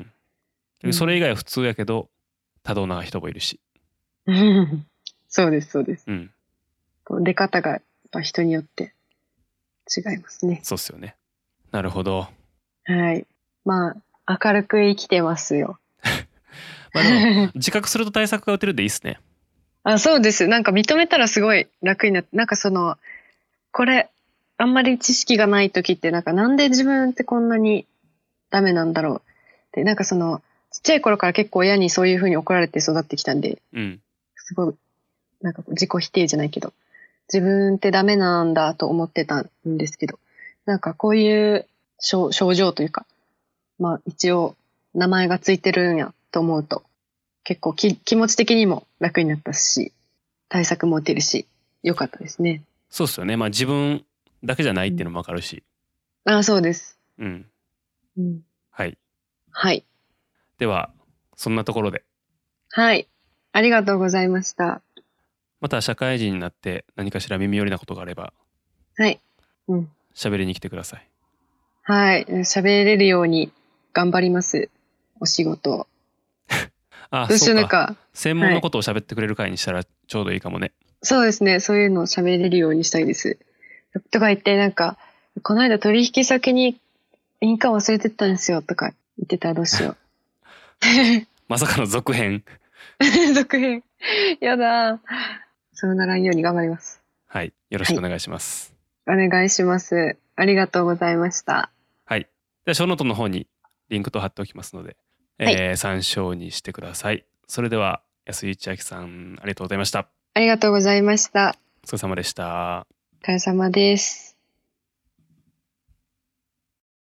[SPEAKER 2] うん
[SPEAKER 1] それ以外は普通やけど多動な人もいるし、
[SPEAKER 2] そうです、そうです。
[SPEAKER 1] うん、
[SPEAKER 2] こう出方がやっぱ人によって違いますね。
[SPEAKER 1] そうっすよねなるほど
[SPEAKER 2] はい。まあ、明るく生きてますよ。
[SPEAKER 1] まあ でも自覚すると対策が打てるでいいっすね
[SPEAKER 2] あそうです。なんか認めたらすごい楽になって、なんかその、これ、あんまり知識がない時って、なんかなんで自分ってこんなにダメなんだろうって、なんかその、ちっちゃい頃から結構親にそういう風に怒られて育ってきたんで、
[SPEAKER 1] うん
[SPEAKER 2] すごい、なんかこう自己否定じゃないけど、自分ってダメなんだと思ってたんですけど、なんかこういう症症状というか、まあ一応名前がついてるんやと思うと、結構き気持ち的にも楽になったし、対策も打てるし、良かったですね。
[SPEAKER 1] そうっすよねまあ自分だけじゃないっていうのもわかるし
[SPEAKER 2] ああ、そうです。
[SPEAKER 1] うん
[SPEAKER 2] うん、
[SPEAKER 1] はい
[SPEAKER 2] はい。
[SPEAKER 1] ではそんなところで
[SPEAKER 2] はい。ありがとうございました。
[SPEAKER 1] また社会人になって何かしら耳寄りなことがあれば
[SPEAKER 2] はい。うん。
[SPEAKER 1] 喋りに来てください
[SPEAKER 2] はい。喋れるように頑張ります。お仕事を。
[SPEAKER 1] あ
[SPEAKER 2] そし
[SPEAKER 1] そ
[SPEAKER 2] て
[SPEAKER 1] う
[SPEAKER 2] なん
[SPEAKER 1] か
[SPEAKER 2] か、
[SPEAKER 1] 専門のことを喋ってくれる回にしたらちょうどいいかもね、
[SPEAKER 2] そうですね。そういうのを喋れるようにしたいです。とか言って、なんか、この間取引先に印鑑忘れてったんですよとか言ってたらどうしよ
[SPEAKER 1] まさかの続編
[SPEAKER 2] う。 続編。やだー。そうならんように頑張ります。
[SPEAKER 1] はいよろしくお願いします
[SPEAKER 2] お願いします。ありがとうございました。
[SPEAKER 1] はい、ではショーノートの方にリンクと貼っておきますので、えー参照にしてくださいそれでは安井千秋さんありがとうございました
[SPEAKER 2] ありがとうございました。
[SPEAKER 1] お疲れ様でした
[SPEAKER 2] お疲れ様です。